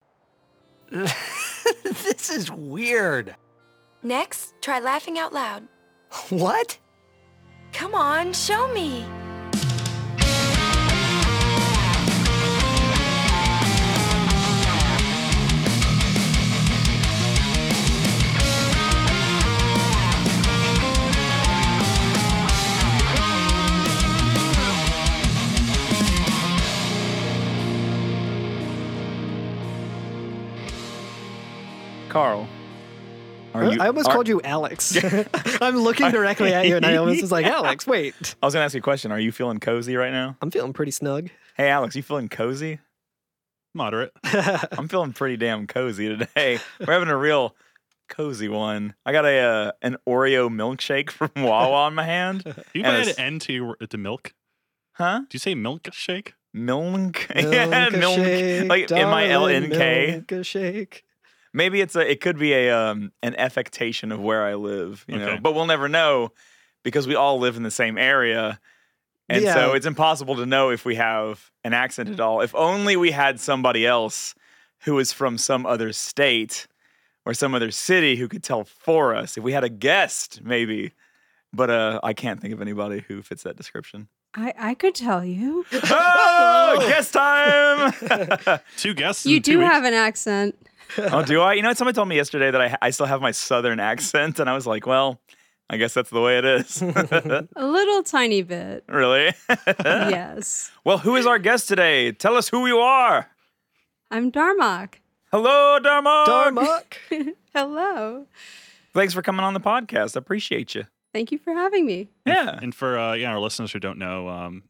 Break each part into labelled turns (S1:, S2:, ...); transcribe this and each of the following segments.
S1: this is weird.
S2: Next, try laughing out loud.
S1: What?
S2: Come on, show me.
S3: Carl. Are
S4: I-
S3: you,
S4: Uh, I almost
S3: are-
S4: called you Alex. I'm looking directly at you, and I almost was like, Alex, wait.
S3: I was gonna ask you a question. Are you feeling cozy right now?
S4: I'm feeling pretty snug.
S3: Hey, Alex, you feeling cozy?
S5: Moderate.
S3: Uh, I'm feeling pretty damn cozy today. We're having a real cozy one. I got a uh, an Oreo milkshake from Wawa in my hand.
S5: Do you
S3: And
S5: add
S3: it's-
S5: an N to, your, to milk?
S3: Huh?
S5: Do you say milkshake?
S3: Milk. yeah, milk.
S4: Milkshake,
S3: Like in my L
S4: darling,
S3: N K.
S4: milkshake.
S3: Maybe it's a. It could be a um an affectation of where I live. You know,
S5: Okay.
S3: but we'll never know because we all live in the same area. And so
S4: Yeah.
S3: it's impossible to know if we have an accent at all. If only we had somebody else who is from some other state or some other city who could tell for us. If we had a guest, maybe. But uh, I can't think of anybody who fits that description.
S6: I, I could tell you.
S3: Oh, guest time!
S5: Two guests.
S6: You
S5: in two
S6: do
S5: weeks?
S6: have an accent.
S3: oh, do I? You know, somebody told me yesterday that I, I still have my southern accent, and I was like, well, I guess that's the way it is.
S6: A little tiny bit.
S3: really?
S6: yes.
S3: well, who is our guest today? Tell us who you are.
S6: I'm Darmok.
S3: Hello, Dharma.
S4: Darmok.
S6: Hello.
S3: Thanks for coming on the podcast. I appreciate you.
S6: Thank you for having me.
S3: Yeah.
S5: And for uh, yeah, our listeners who don't know, um,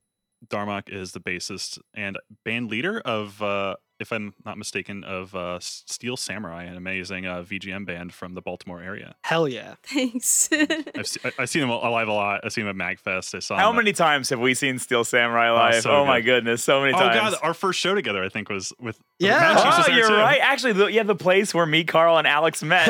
S5: Darmok is the bassist and band leader of, uh, if I'm not mistaken, of uh, S- Steel Samurai, an amazing uh, VGM band from the Baltimore area.
S4: Hell yeah.
S6: Thanks.
S5: I've se- I- I've seen him alive a lot. I've seen him at MagFest. I saw
S3: How
S5: him
S3: many times have we seen Steel Samurai live? Oh,
S5: so
S3: my
S5: good.
S3: goodness, so many
S5: At, oh
S3: times.
S5: god, our first show together, I think, was with with
S4: Yeah.
S5: Matt Shoes
S3: Oh,
S5: was there,
S3: you're
S5: too.
S3: right. Actually, the, yeah, the place where me, Carl, and Alex met.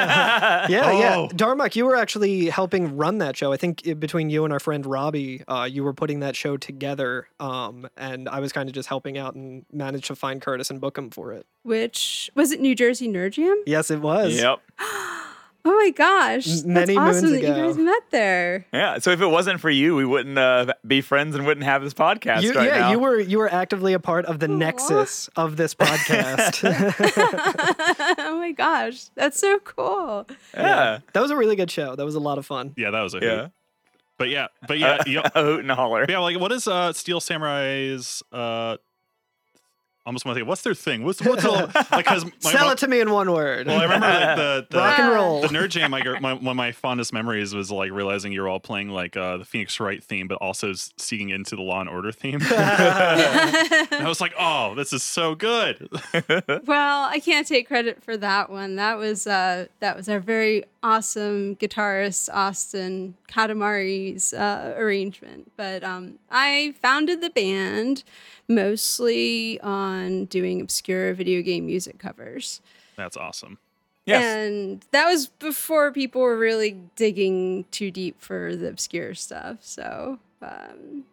S4: Yeah, yeah.
S5: Oh.
S4: Darmok, you were actually helping run that show. I think i- between you and our friend Robbie, uh, you were putting that show together. Um, and I was kind of just helping out and managed to find Curtis and book him for it.
S6: Which was it New Jersey Nerd Jam?
S4: Yes, it was.
S3: Yep.
S6: oh my gosh.
S4: M-
S6: That's
S4: many moons
S6: awesome that
S4: ago.
S6: you guys met there.
S3: Yeah. So if it wasn't for you, we wouldn't uh, be friends and wouldn't have this podcast
S4: You,
S3: right
S4: yeah,
S3: now.
S4: you were you were actively a part of the
S6: Aw.
S4: nexus of this podcast.
S6: oh my gosh. That's so cool.
S3: Yeah.
S4: that was a really good show. That was a lot of fun.
S5: Yeah, that was it.
S3: Yeah. Uh,
S5: But yeah, but
S3: Yeah.
S5: yeah, yeah,
S3: a hoot and a holler.
S5: yeah. Like, what is uh, Steel Samurai's? Uh, almost want to say, what's their thing? What's what's all, like? Because
S4: Sell it to me in one word.
S5: well, I remember like, the, the
S4: Rock and
S6: Uh,
S4: roll.
S5: the nerd jam I, my, one of my fondest memories was like realizing you're all playing like uh, the phoenix wright theme but also s- seeing into the law and order theme and i was like oh this is so good
S6: Well, I can't take credit for that one. That was uh, that was our very awesome guitarist Austin Katamari's uh, arrangement. But um, I founded the band mostly on doing obscure video game music covers,
S5: that's awesome
S3: Yes.
S6: and that was before people were really digging too deep for the obscure stuff. So um,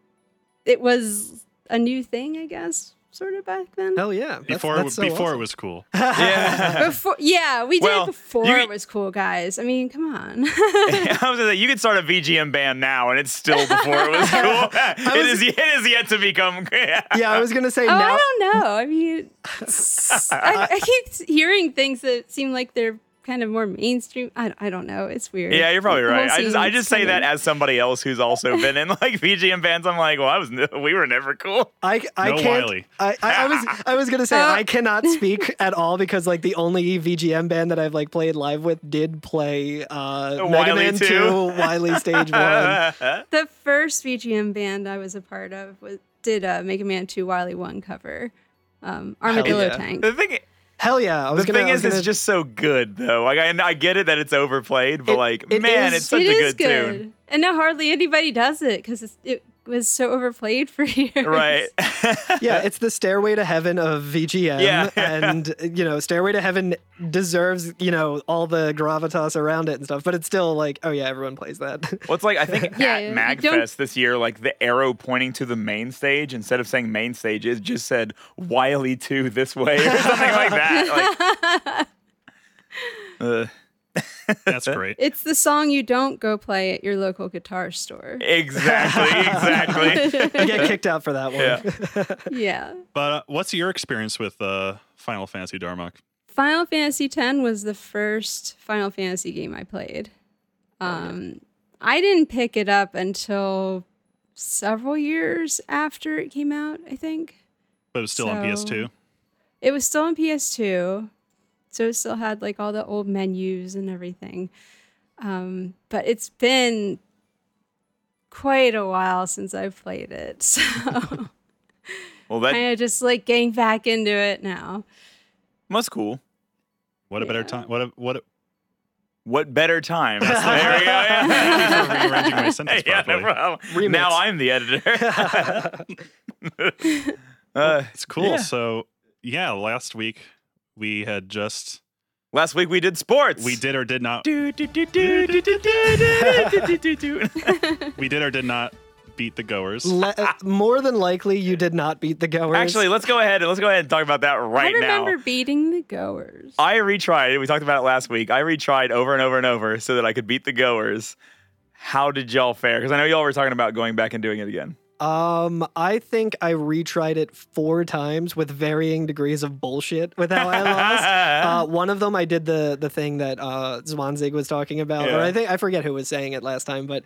S6: it was a new thing, I guess, sort of back then.
S4: Hell yeah. That's-
S5: before
S4: that's so awesome.
S5: before it was cool
S3: yeah.
S6: Before, yeah, we did
S3: Well,
S6: it before
S3: you-
S6: it was cool, guys. I mean, come on.
S3: I was gonna say you could start a VGM band now, and it's still before it was cool. it is it is yet to become.
S4: Yeah, I was gonna say
S6: oh,
S4: now.
S6: I don't know. I mean, s- I, I keep hearing things that seem like they're kind of more mainstream. I, I don't know. It's weird.
S3: Yeah, you're probably
S6: The whole
S3: right. I just I
S6: scene's
S3: just say that
S6: kinda-
S3: as somebody else who's also been in like VGM bands. I'm like, well, I was n- we were never cool.
S4: I, I
S5: No
S4: can't.
S5: Wiley.
S4: I, I, I was I was gonna say
S6: Uh.
S4: I cannot speak at all because like the only VGM band that I've like played live with did play uh, Mega
S3: Wily
S4: Man
S3: 2.
S4: Two, Wiley Stage One.
S6: the first VGM band I was a part of was, did a Mega Man 2 Wily 1 cover, um, Armadillo
S4: yeah.
S6: Tank.
S3: the thing
S4: Hell yeah! I was
S3: the
S4: gonna,
S3: thing
S4: I was
S3: is, it's
S4: gonna-
S3: just so good though. Like I, I get it that it's overplayed, but
S4: It-
S3: like
S4: it
S3: man,
S4: is-
S3: it's such
S6: It
S3: a
S6: is
S3: good, tune.
S6: And now hardly anybody does it because it was so overplayed for years.
S3: right.
S4: yeah, it's the Stairway to Heaven of VGM,
S3: Yeah.
S4: and you know, Stairway to Heaven deserves you know all the gravitas around it and stuff. But it's still like, oh yeah, everyone plays that.
S3: Well, it's like I think
S6: Yeah,
S3: at
S6: you don't-
S3: Magfest this year, like the arrow pointing to the main stage instead of saying main stage, it just said Wiley two this way or something like that. Like, uh,
S5: That's great.
S6: It's the song you don't go play at your local guitar store.
S3: exactly, exactly.
S4: I get kicked out for that one.
S3: Yeah.
S6: yeah.
S5: But uh, what's your experience with uh, Final Fantasy Darmok?
S6: Final Fantasy X was the first Final Fantasy game I played. Um, I didn't pick it up until several years after it came out, I think.
S5: But it was still on PS2.
S6: So- It was still on PS2, so it still had like all the old menus and everything. Um, but it's been quite a while since I've played it. So
S3: Well, that
S6: kind of just like getting back into it now.
S3: was cool.
S5: What a better
S6: Yeah.
S5: time. What a what. A,
S3: What better time? That's the- there we go. Yeah.
S5: Thank you for rearranging my sentence
S3: Yeah, no
S5: properly.
S3: problem.
S4: Remix.
S3: Now I'm the editor. uh,
S5: It's cool.
S3: Yeah.
S5: So yeah, last week we had just
S3: last week we did sports.
S5: we did or did not
S3: Do, do, do, do, do, do, do, do, do, do, do.
S5: we did or did not beat the goers.
S4: Le- uh, more than likely, you did not beat the goers.
S3: Actually, let's go ahead and let's go ahead and talk about that right
S6: I remember
S3: now.
S6: beating the goers.
S3: I retried it. We talked about it last week. I retried over and over and over so that I could beat the goers. How did y'all fare? Because I know y'all were talking about going back and doing it again.
S4: um, I think I retried it four times with varying degrees of bullshit with how I lost. Uh, one of them, I did the the thing that uh, Zwanzig was talking about, or
S3: Yeah.
S4: I think I forget who was saying it last time, but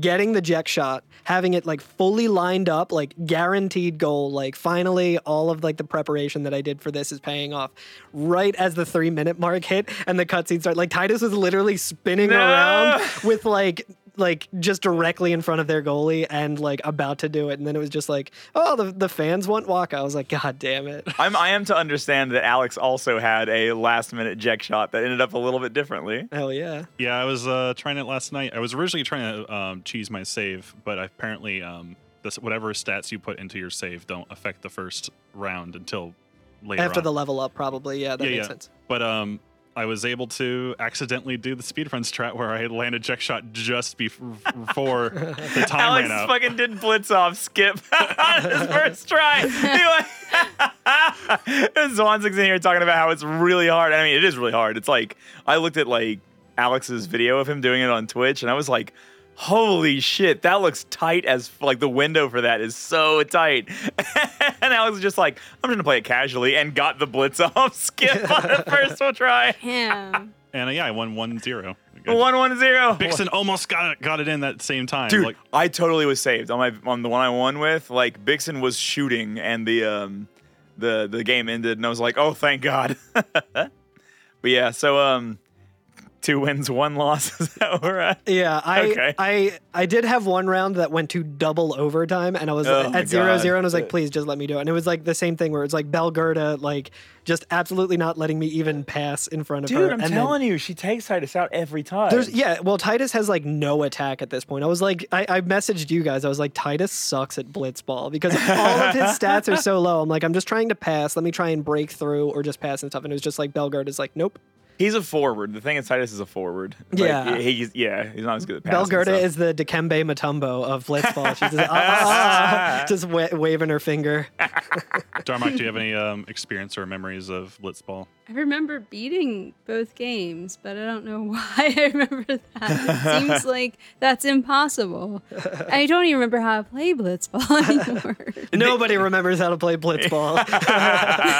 S4: getting the jack shot, having it like fully lined up, like guaranteed goal, like finally all of like the preparation that I did for this is paying off. Right as the three minute mark hit and the cutscene started, like Titus was literally spinning
S3: No.
S4: around with like like just directly in front of their goalie and like about to do it, and then it was just like, oh, the the fans want Waka. I was like, god damn it.
S3: I'm, I am to understand that Alex also had a last minute jack shot that ended up a little bit differently.
S4: Hell yeah.
S5: Yeah, I was uh, trying it last night. I was originally trying to um, cheese my save, but apparently, um, this whatever stats you put into your save don't affect the first round until later.
S4: After
S5: on.
S4: the level up, probably. Yeah, that
S5: Yeah,
S4: makes
S5: yeah.
S4: sense.
S5: but um, I was able to accidentally do the speedrun strat where I landed check shot just before, before the time
S3: Alex
S5: ran out.
S3: fucking did blitz off skip on his first try. He went- Zwanzig's in here talking about how it's really hard. I mean, it is really hard. It's like I looked at like Alex's video of him doing it on Twitch, and I was like, "Holy shit, that looks tight as f- like the window for that is so tight." and Alex was just like, "I'm just gonna play it casually," and got the blitz off skip on the first try.
S6: Yeah.
S5: And uh, yeah, I won 1 0.
S3: One one zero.
S5: Bixen almost got it, got it in that same time.
S3: Dude,
S5: Like,
S3: I totally was saved on my on the one I won with. Like Bixen was shooting, and the um, the the game ended, and I was like, oh, thank God. but yeah, so um, two wins, one loss. Is that where we're at?
S4: Yeah, I
S3: Okay.
S4: I I did have one round that went to double overtime, and I was
S3: Oh my
S4: at zero
S3: God.
S4: zero, and I was like, please just let me do it. And it was like the same thing where it's like Belgerda, like just absolutely not letting me even pass in front of her. and then-
S3: you, she takes Titus out every time.
S4: there's yeah, well Titus has like no attack at this point. I was like I, I messaged you guys. I was like Titus sucks at blitzball because all of his stats are so low. I'm like I'm just trying to pass. Let me try and break through or just pass and stuff. And it was just like Belgard is like nope.
S3: He's a forward. The thing is, Titus is a forward. Like,
S4: Yeah.
S3: he's yeah, he's not as good at passing.
S4: Belgerda
S3: so.
S4: is the Dikembe Matumbo of blitzball. She's just, ah, ah, ah, just wa- waving her finger.
S5: Darmok, do you have any um, experience or memories of Blitzball?
S6: I remember beating both games, but I don't know why I remember that. It seems like that's impossible. I don't even remember how to play Blitzball anymore.
S4: Nobody remembers how to play blitzball.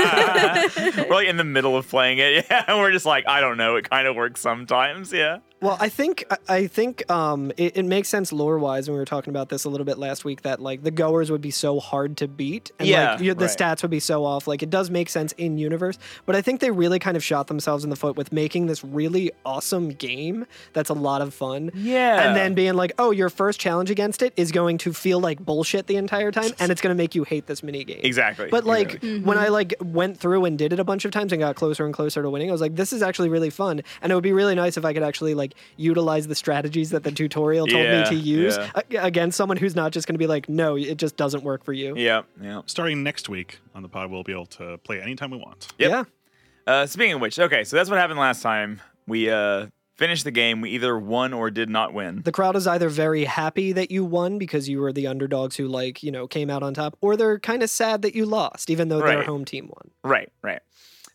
S3: we're like in the middle of playing it. Yeah, and we're just like, I don't know. It kind of works sometimes. Yeah.
S4: well, I think I- I think um, it, it makes sense lore wise when we were talking about this a little bit last week that like the goers would be so hard to beat and
S3: Yeah,
S4: like you, the
S3: right.
S4: stats would be so off. Like it does make sense in universe, but I think they really kind of shot themselves in the foot with making this really awesome game that's a lot of fun.
S3: Yeah.
S4: And then being like, oh, your first challenge against it is going to feel like bullshit the entire time, and it's going to make you hate this mini game.
S3: Exactly.
S4: But like
S3: Exactly.
S4: when I like went through and did it a bunch of times and got closer and closer to winning, I was like, this is actually really fun. And it would be really nice if I could actually like like utilize the strategies that the tutorial told
S3: Yeah,
S4: me to use
S3: yeah.
S4: a- against someone who's not just going to be like, no, it just doesn't work for you.
S3: Yeah, yeah.
S5: Starting next week on the pod, we'll be able to play anytime we want.
S3: Yep.
S4: Yeah.
S3: Uh, speaking of which, okay, so that's what happened last time. We uh, finished the game. We either won or did not win.
S4: The crowd is either very happy that you won because you were the underdogs who like, you know, came out on top, or they're kind of sad that you lost, even though their
S3: Right.
S4: home team won.
S3: Right, right.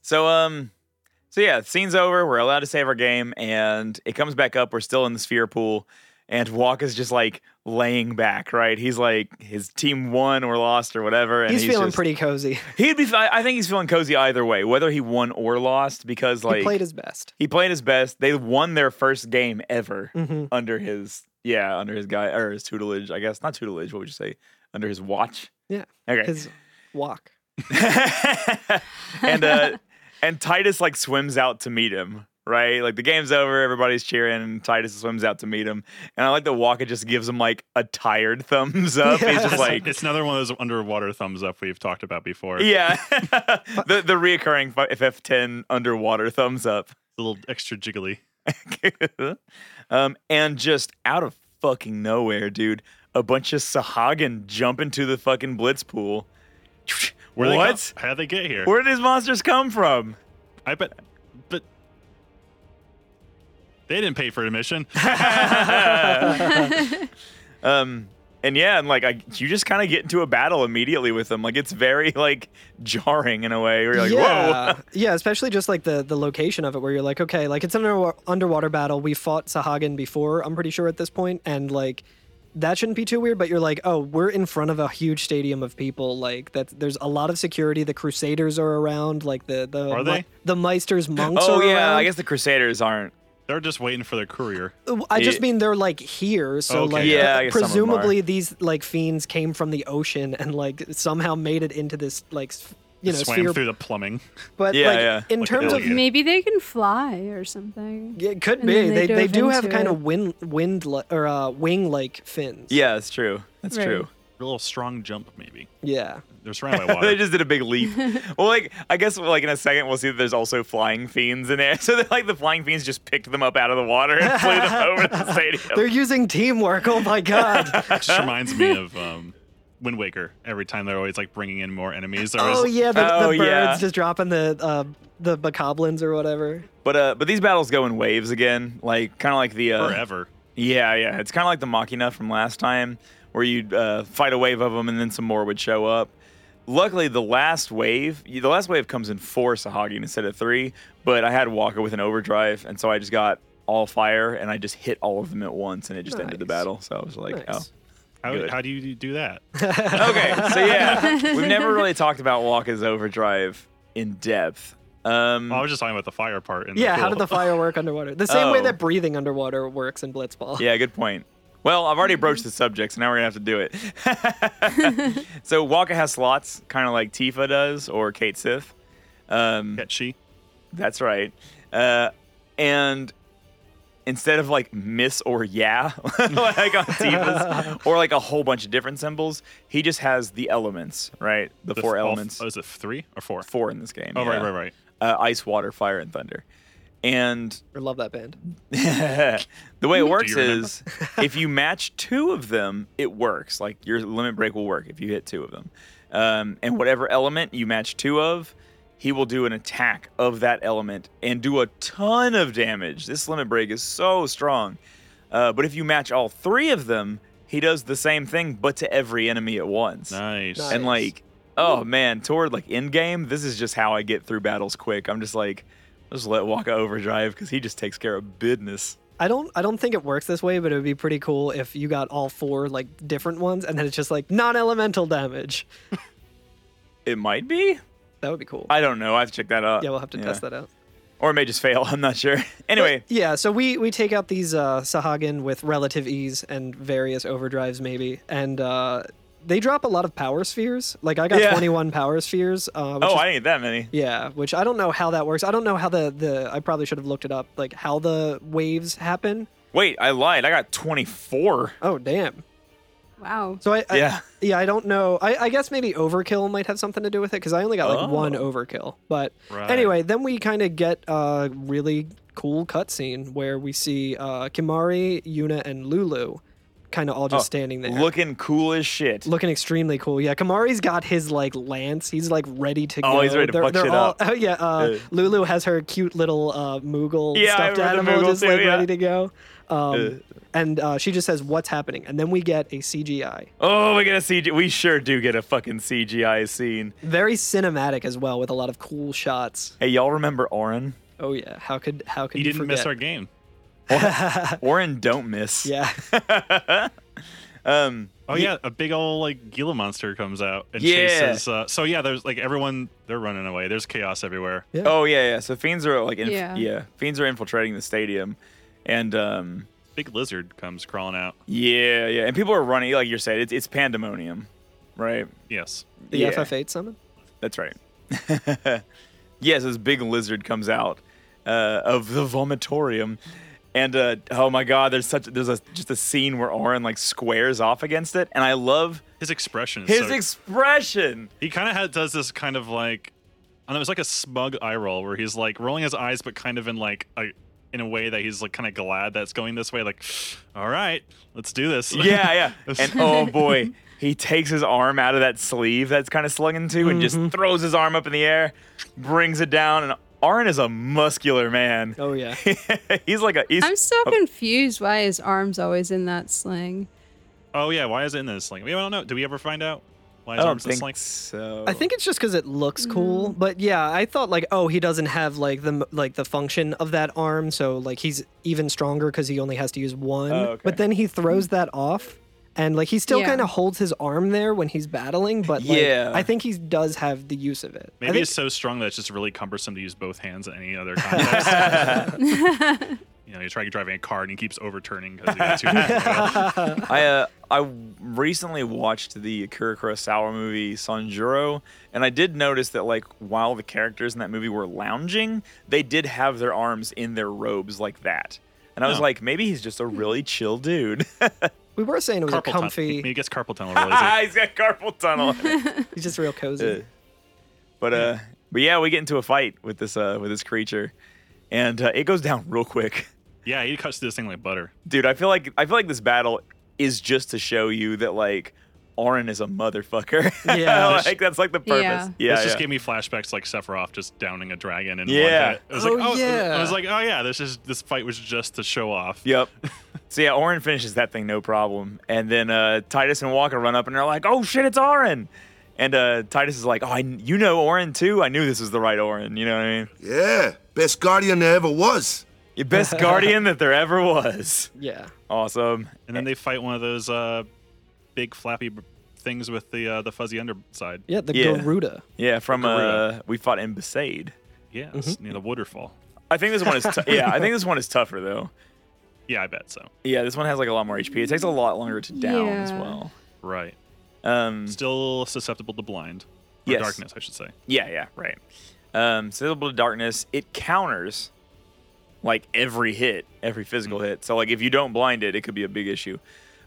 S3: So um, so yeah, the scene's over. We're allowed to save our game, and it comes back up. We're still in the sphere pool, and Walk is just like laying back. Right, he's like his team won or lost or whatever, and
S4: He's,
S3: he's,
S4: feeling
S3: just-
S4: pretty cozy.
S3: He'd be. I I think he's feeling cozy either way, whether he won or lost, because like
S4: he played his best.
S3: he played his best. They won their first game ever
S4: Mhm.
S3: under his yeah under his guy or his tutelage. I guess not tutelage. What would you say? Under his watch.
S4: Yeah.
S3: Okay.
S4: His walk.
S3: and uh, and Titus like swims out to meet him. Right, like the game's over, everybody's cheering, and Titus swims out to meet him. And I like that Waka just gives him like a tired thumbs up. He's just
S4: Yes.
S3: like,
S5: It's another one of those underwater thumbs up we've talked about before.
S3: yeah, the the reoccurring FF10 underwater thumbs up.
S5: A little extra jiggly.
S3: um, and just out of fucking nowhere, dude, a bunch of Sahagin jump into the fucking blitz pool.
S5: Where they
S3: what?
S5: Come, how would they get here?
S3: Where did these monsters come from?
S5: I bet, but they didn't pay for admission.
S3: Um, and yeah, and like I, you just kind of get into a battle immediately with them. Like it's very like jarring in a way. Where you're like,
S4: yeah.
S3: whoa.
S4: yeah, especially just like the the location of it where you're like, okay, like it's an underwa- underwater battle. We fought Sahagin before, I'm pretty sure at this point, and like that shouldn't be too weird, but you're like, oh, we're in front of a huge stadium of people. Like that there's a lot of security. The Crusaders are around, like the the
S5: Are they?
S4: the Meisters monks
S3: Oh
S4: are
S3: yeah,
S4: around.
S3: I guess the Crusaders aren't.
S5: They're just waiting for their courier.
S4: I just
S3: Yeah.
S4: mean they're like here, so
S5: Okay.
S4: like
S3: Yeah,
S4: uh,
S3: I guess some of 'em are.
S4: presumably these like fiends came from the ocean and like somehow made it into this like s- you know
S5: swam
S4: sphere.
S5: through the plumbing.
S4: But
S3: Yeah,
S4: like
S3: yeah.
S4: in
S5: Like an
S4: terms of
S5: alien.
S6: Maybe they can fly or something.
S4: Yeah, it could
S6: And
S4: be.
S6: then
S4: They,
S6: they
S4: they,
S6: dove
S4: do have
S6: into
S4: kind
S6: it.
S4: of wind wind li- or uh, wing like fins.
S3: Yeah, that's true. That's
S6: Right.
S3: true.
S5: A little strong jump, maybe.
S4: Yeah.
S5: They're surrounded by water.
S3: they just did a big leap. well, like I guess like in a second we'll see that there's also flying fiends in there. So they're like the flying fiends just picked them up out of the water and flew them over to the
S4: They're
S3: stadium.
S4: using teamwork. Oh my god.
S5: It just reminds me of um, Wind Waker. Every time they're always like bringing in more enemies. They're
S4: oh
S5: always-
S4: yeah, the,
S3: Oh,
S4: the birds
S3: yeah.
S4: just dropping the uh, the bokoblins or whatever.
S3: But uh, but these battles go in waves again. Like kind of like the uh,
S5: forever.
S3: yeah yeah. It's kind of like the Machina from last time, where you'd uh, fight a wave of them and then some more would show up. Luckily, the last wave, the last wave comes in four Sahagin instead of three. But I had Walker with an overdrive, and so I just got all fire, and I just hit all of them at once, and it just ended the
S4: Nice.
S3: battle. So I was like,
S4: Nice.
S3: oh,
S5: How,
S3: Good.
S5: how do you do that?
S3: okay, so yeah, we've never really talked about Walker's Overdrive in depth. Um,
S5: I was just talking about the fire part. In
S4: Yeah,
S5: the
S4: how did the
S5: pool.
S4: fire work underwater? The same way
S3: Oh.
S4: that breathing underwater works in Blitzball.
S3: yeah, good point. Well, I've already broached the subject, so now we're gonna have to do it. so Walker has slots, kind of like Tifa does or Kate Sith. Um,
S5: catchy?
S3: That's right. Uh, and instead of like miss or yeah, like on Tifa's, or like a whole bunch of different symbols, he just has the elements, right? The,
S5: The
S3: four
S5: f- all f-
S3: elements.
S5: Oh, is it three or four?
S3: Four in this game.
S5: Oh, right,
S3: yeah.
S5: right, right.
S3: uh, ice, water, fire, and thunder. And
S4: I love that band.
S3: the way it works
S5: you remember?
S3: is if you match two of them, it works. Like your limit break will work if you hit two of them. Um, and whatever element you match two of, he will do an attack of that element and do a ton of damage. This limit break is so strong. Uh, but if you match all three of them, he does the same thing, but to every enemy at once.
S5: Nice.
S4: Nice.
S3: And like, oh man, toward like end game, this is just how I get through battles quick. I'm just like, just let Waka overdrive because he just takes care of business.
S4: I don't I don't think it works this way, but it would be pretty cool if you got all four like different ones and then it's just like non-elemental damage.
S3: It might be.
S4: That would be cool.
S3: I don't know. I have to check that out.
S4: yeah, we'll have to test that out.
S3: Or it may just fail. I'm not sure. anyway,
S4: Yeah, so we we take out these uh, Sahagin with relative ease and various overdrives maybe, and uh, they drop a lot of power spheres. Like I got
S3: Yeah.
S4: 21 power spheres. Uh, which
S3: oh,
S4: is-
S3: I didn't get that many.
S4: yeah, which I don't know how that works. I don't know how the the I probably should have looked it up. Like how the waves happen.
S3: Wait, I lied. I got 24.
S4: Oh damn.
S6: Wow.
S4: So I, I yeah.
S3: Yeah.
S4: I don't know. I, I guess maybe overkill might have something to do with it because I only got like one
S3: Oh.
S4: overkill. But
S5: Right.
S4: anyway, then we kind of get a really cool cutscene where we see uh, Kimari, Yuna, and Lulu kind of all just
S3: Oh,
S4: standing there.
S3: Looking cool as shit.
S4: Looking extremely cool. Yeah, Kamari's got his like lance. He's like ready to go.
S3: Oh, he's ready to
S4: they're,
S3: fuck
S4: they're
S3: shit
S4: all,
S3: up.
S4: Oh, yeah, uh,
S3: Yeah.
S4: Lulu has her cute little uh, Moogle
S3: Yeah, I
S4: stuffed
S3: remember the
S4: animal
S3: Moogle
S4: just
S3: too,
S4: like
S3: yeah.
S4: ready to go. Um,
S3: Yeah.
S4: and uh, she just says, "What's happening?" And then we get a CGI,
S3: oh, we get a CG. We sure do get a fucking CGI scene.
S4: very cinematic as well, with a lot of cool shots.
S3: Hey, y'all remember Oren?
S4: Oh yeah, how could how could
S5: you
S4: you,
S5: didn't miss our
S4: forget?
S5: game.
S3: Oren don't miss.
S4: Yeah,
S3: Um,
S5: Oh yeah, a big old like Gila monster comes out and
S3: Yeah.
S5: chases. Uh, so yeah, there's like everyone they're running away. There's chaos everywhere.
S4: Yeah.
S3: Oh yeah, yeah. So fiends are like, inf- yeah.
S6: Yeah.
S3: fiends are infiltrating the stadium, and um,
S5: Big lizard comes crawling out.
S3: yeah, yeah, and people are running. Like you're saying, it's, it's pandemonium, right?
S5: Yes.
S4: the
S3: yeah,
S4: FF8 summon.
S3: That's right. yes, this big lizard comes out uh, of the vomitorium, and uh, oh my god, there's such there's a, just a scene where Oren like squares off against it, and I love
S5: His expression. Is
S3: his
S5: so-
S3: expression.
S5: he kind of does this kind of like, I don't know, it's like a smug eye roll where he's like rolling his eyes, but kind of in like a in a way that he's like kind of glad that's going this way. Like, all right, let's do this.
S3: Yeah, yeah. And oh boy, he takes his arm out of that sleeve that's kind of slung into and just throws his arm up in the air, brings it down. And Arn is a muscular man.
S4: Oh yeah,
S3: he's like a. He's,
S6: I'm so confused why his arm's always in that sling.
S5: oh yeah, why is it in this sling? We don't know. Do we ever find out? Why
S3: I
S5: his
S3: don't
S5: arms in the
S3: think
S5: sling?
S3: so.
S4: I think it's just because it looks cool. But yeah, I thought like, oh, he doesn't have like the m- like the function of that arm, so like he's even stronger because he only has to use one.
S3: Oh, okay.
S4: But then he throws that off, and like he still
S6: Yeah.
S4: kind of holds his arm there when he's battling. But like,
S3: Yeah.
S4: I think he does have the use of it. I
S5: Maybe
S4: think-
S5: it's so strong that it's just really cumbersome to use both hands in any other context. you know, you're trying to drive a car and he keeps overturning because he got too bad.
S3: I uh, I recently watched the Akira Kurosawa movie Sanjuro, and I did notice that like while the characters in that movie were lounging, they did have their arms in their robes like that. And I was
S5: Huh.
S3: like, maybe he's just a really chill dude.
S4: we were saying it was a
S5: Carpal tunnel.
S4: comfy.
S5: He gets carpal tunnel. Really, easy.
S3: he's got carpal tunnel.
S4: He's just real cozy.
S3: Uh, But uh, but yeah, we get into a fight with this uh with this creature, and uh, it goes down real quick,
S5: yeah, he cuts through this thing like butter.
S3: dude. I feel like I feel like this battle is just to show you that like Orin is a motherfucker.
S4: Yeah.
S3: like that's like the purpose.
S6: Yeah.
S3: Yeah, yeah.
S5: this just gave me flashbacks to, like Sephiroth just downing a dragon and
S3: Yeah.
S5: One hit. I was
S4: Oh,
S5: like, oh
S4: yeah.
S5: I was like, oh yeah, this is this fight was just to show off.
S3: Yep. So yeah, Orin finishes that thing no problem, and then uh, Titus and Walker run up and they're like, "Oh shit, it's Orin!" And uh, Titus is like, "Oh, I, you know Orin too. I knew this was the right Orin. You know what I mean?
S7: Yeah, best guardian there ever was.
S3: Your best guardian that there ever was.
S4: Yeah.
S3: Awesome.
S5: And then they fight one of those uh, big flappy b- things with the uh, the fuzzy underside.
S4: Yeah, the
S3: Yeah.
S4: Garuda.
S3: Yeah, from uh,
S5: Gorilla.
S3: we fought in Besaid.
S5: Yeah,
S4: Mm-hmm.
S5: near the waterfall.
S3: I think this one is. T- yeah, I think this one is tougher though.
S5: Yeah, I bet so.
S3: Yeah, this one has like a lot more HP. It takes a lot longer to down as
S6: Yeah.
S3: well.
S5: Right.
S3: Um,
S5: Still susceptible to blind or
S3: Yes.
S5: darkness, I should say.
S3: yeah, yeah, right. Um, Syllable of Darkness. It counters like every hit, every physical
S5: Mm.
S3: hit. So like if you don't blind it, it could be a big issue.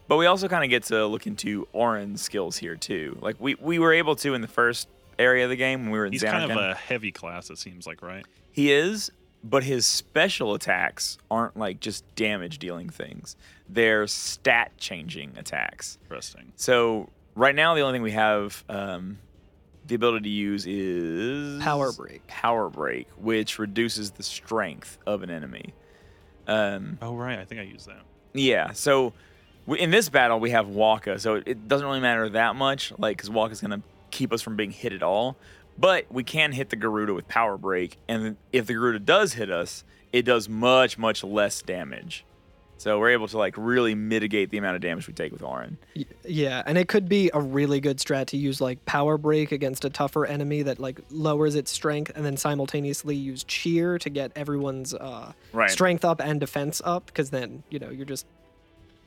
S3: But we also kind of get to look into Orin's skills here too. Like we we were able to in the first area of the game when we were in
S5: He's
S3: Xanarkand.
S5: kind of a heavy class, it seems like, right?
S3: He is, but his special attacks aren't like just damage dealing things. They're stat changing attacks.
S5: Interesting.
S3: So right now, the only thing we have um, the ability to use is
S4: Power break.
S3: Power break, which reduces the strength of an enemy. Um,
S5: Oh right, I think I used that.
S3: yeah. So w in this battle, we have Waka. So it, it doesn't really matter that much, like, because Waka's going to keep us from being hit at all. But we can hit the Garuda with Power Break. And then if the Garuda does hit us, it does much, much less damage. So we're able to, like, really mitigate the amount of damage we take with Auron.
S4: Y- Yeah, and it could be a really good strat to use like power break against a tougher enemy that like lowers its strength, and then simultaneously use cheer to get everyone's uh,
S3: Right.
S4: strength up and defense up. Because then you know you're just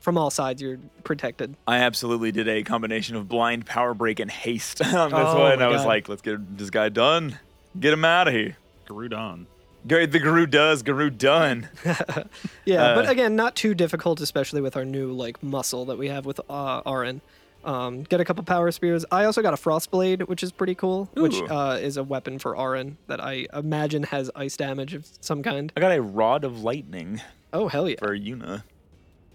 S4: from all sides you're protected.
S3: I absolutely did a combination of blind Power Break and haste on this
S4: Oh
S3: one.
S4: my
S3: I was
S4: God.
S3: like, let's get this guy done. Get him out of here.
S5: Garudon.
S3: Gary the Guru does, Guru done.
S4: Yeah,
S3: Uh,
S4: but again, not too difficult, especially with our new like muscle that we have with uh, Arin. Um, get a couple power spears. I also got a frost blade, which is pretty cool, which
S3: Ooh.
S4: uh, is a weapon for Arin that I imagine has ice damage of some kind.
S3: I got a rod of lightning
S4: Oh hell yeah!
S3: for Yuna.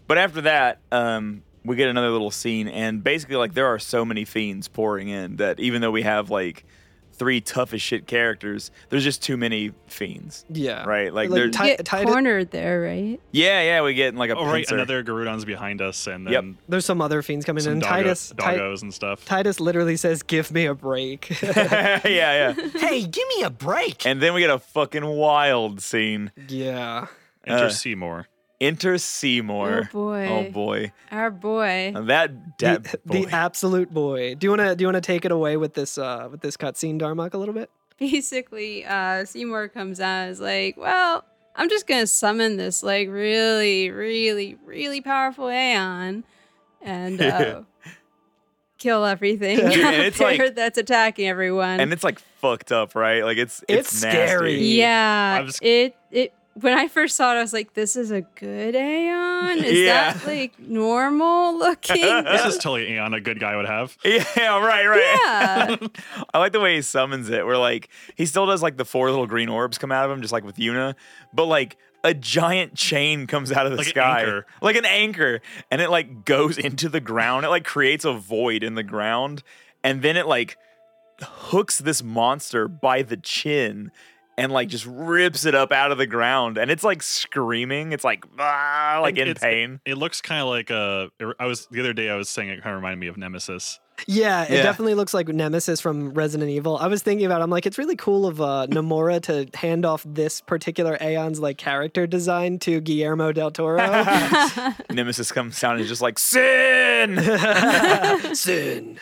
S3: But after that, um, we get another little scene, and basically, like, there are so many fiends pouring in that even though we have, like, three tough as shit characters, there's just too many fiends.
S4: Yeah,
S3: Right, like,
S4: like
S3: they're-
S6: You
S4: ti-
S6: get
S4: tied it-
S6: cornered there, right?
S3: Yeah, yeah, we get, like, a
S5: Oh, right.
S3: pincer.
S5: Another Garudon's behind us, and
S3: Yep.
S5: then
S4: there's some other fiends coming
S5: some
S4: in.
S5: doggo-
S4: Titus, Ti-
S5: doggos and stuff.
S4: Titus literally says, "Give me a break."
S3: yeah, yeah.
S1: Hey, give me a break.
S3: And then we get a fucking wild scene.
S4: yeah,
S5: Enter
S3: uh,
S5: Seymour.
S3: Enter Seymour.
S6: Oh, boy.
S3: Oh boy.
S6: Our boy.
S3: And that
S4: the,
S3: that boy.
S4: the absolute boy. Do you wanna do you wanna take it away with this uh, with this cutscene, Darmok, a little bit?
S6: basically uh Seymour comes out and is like, well, I'm just gonna summon this like really, really, really powerful Aeon and uh, kill everything
S3: Dude,
S6: out
S3: and it's
S6: there
S3: like-
S6: that's attacking everyone.
S3: and it's like fucked up, right? Like it's it's,
S4: It's
S3: nasty.
S4: scary.
S6: yeah,
S5: I was-
S6: it it when I first saw it, I was like, this is a good Aeon? Is
S3: Yeah.
S6: that like normal looking?
S5: This is totally Aeon a good guy would have.
S3: Yeah, right, right.
S6: Yeah.
S3: I like the way he summons it. Where like he still does like the four little green orbs come out of him, just like with Yuna, but like a giant chain comes out of the
S5: Like an
S3: sky,
S5: anchor.
S3: like an anchor, and it like goes into the ground. It like creates a void in the ground, and then it like hooks this monster by the chin. And like just rips it up out of the ground, and it's like screaming. It's like ah, like
S5: And
S3: in
S5: it's-
S3: pain.
S5: It looks kind of like uh, it- I was the other day. I was saying it kind of reminded me of Nemesis.
S4: Yeah, it
S3: Yeah.
S4: definitely looks like Nemesis from Resident Evil. I was thinking about, it, I'm like, it's really cool of uh, Nomura to hand off this particular Aeon's like character design to Guillermo del Toro.
S3: Nemesis comes down and is just like sin.
S4: Soon.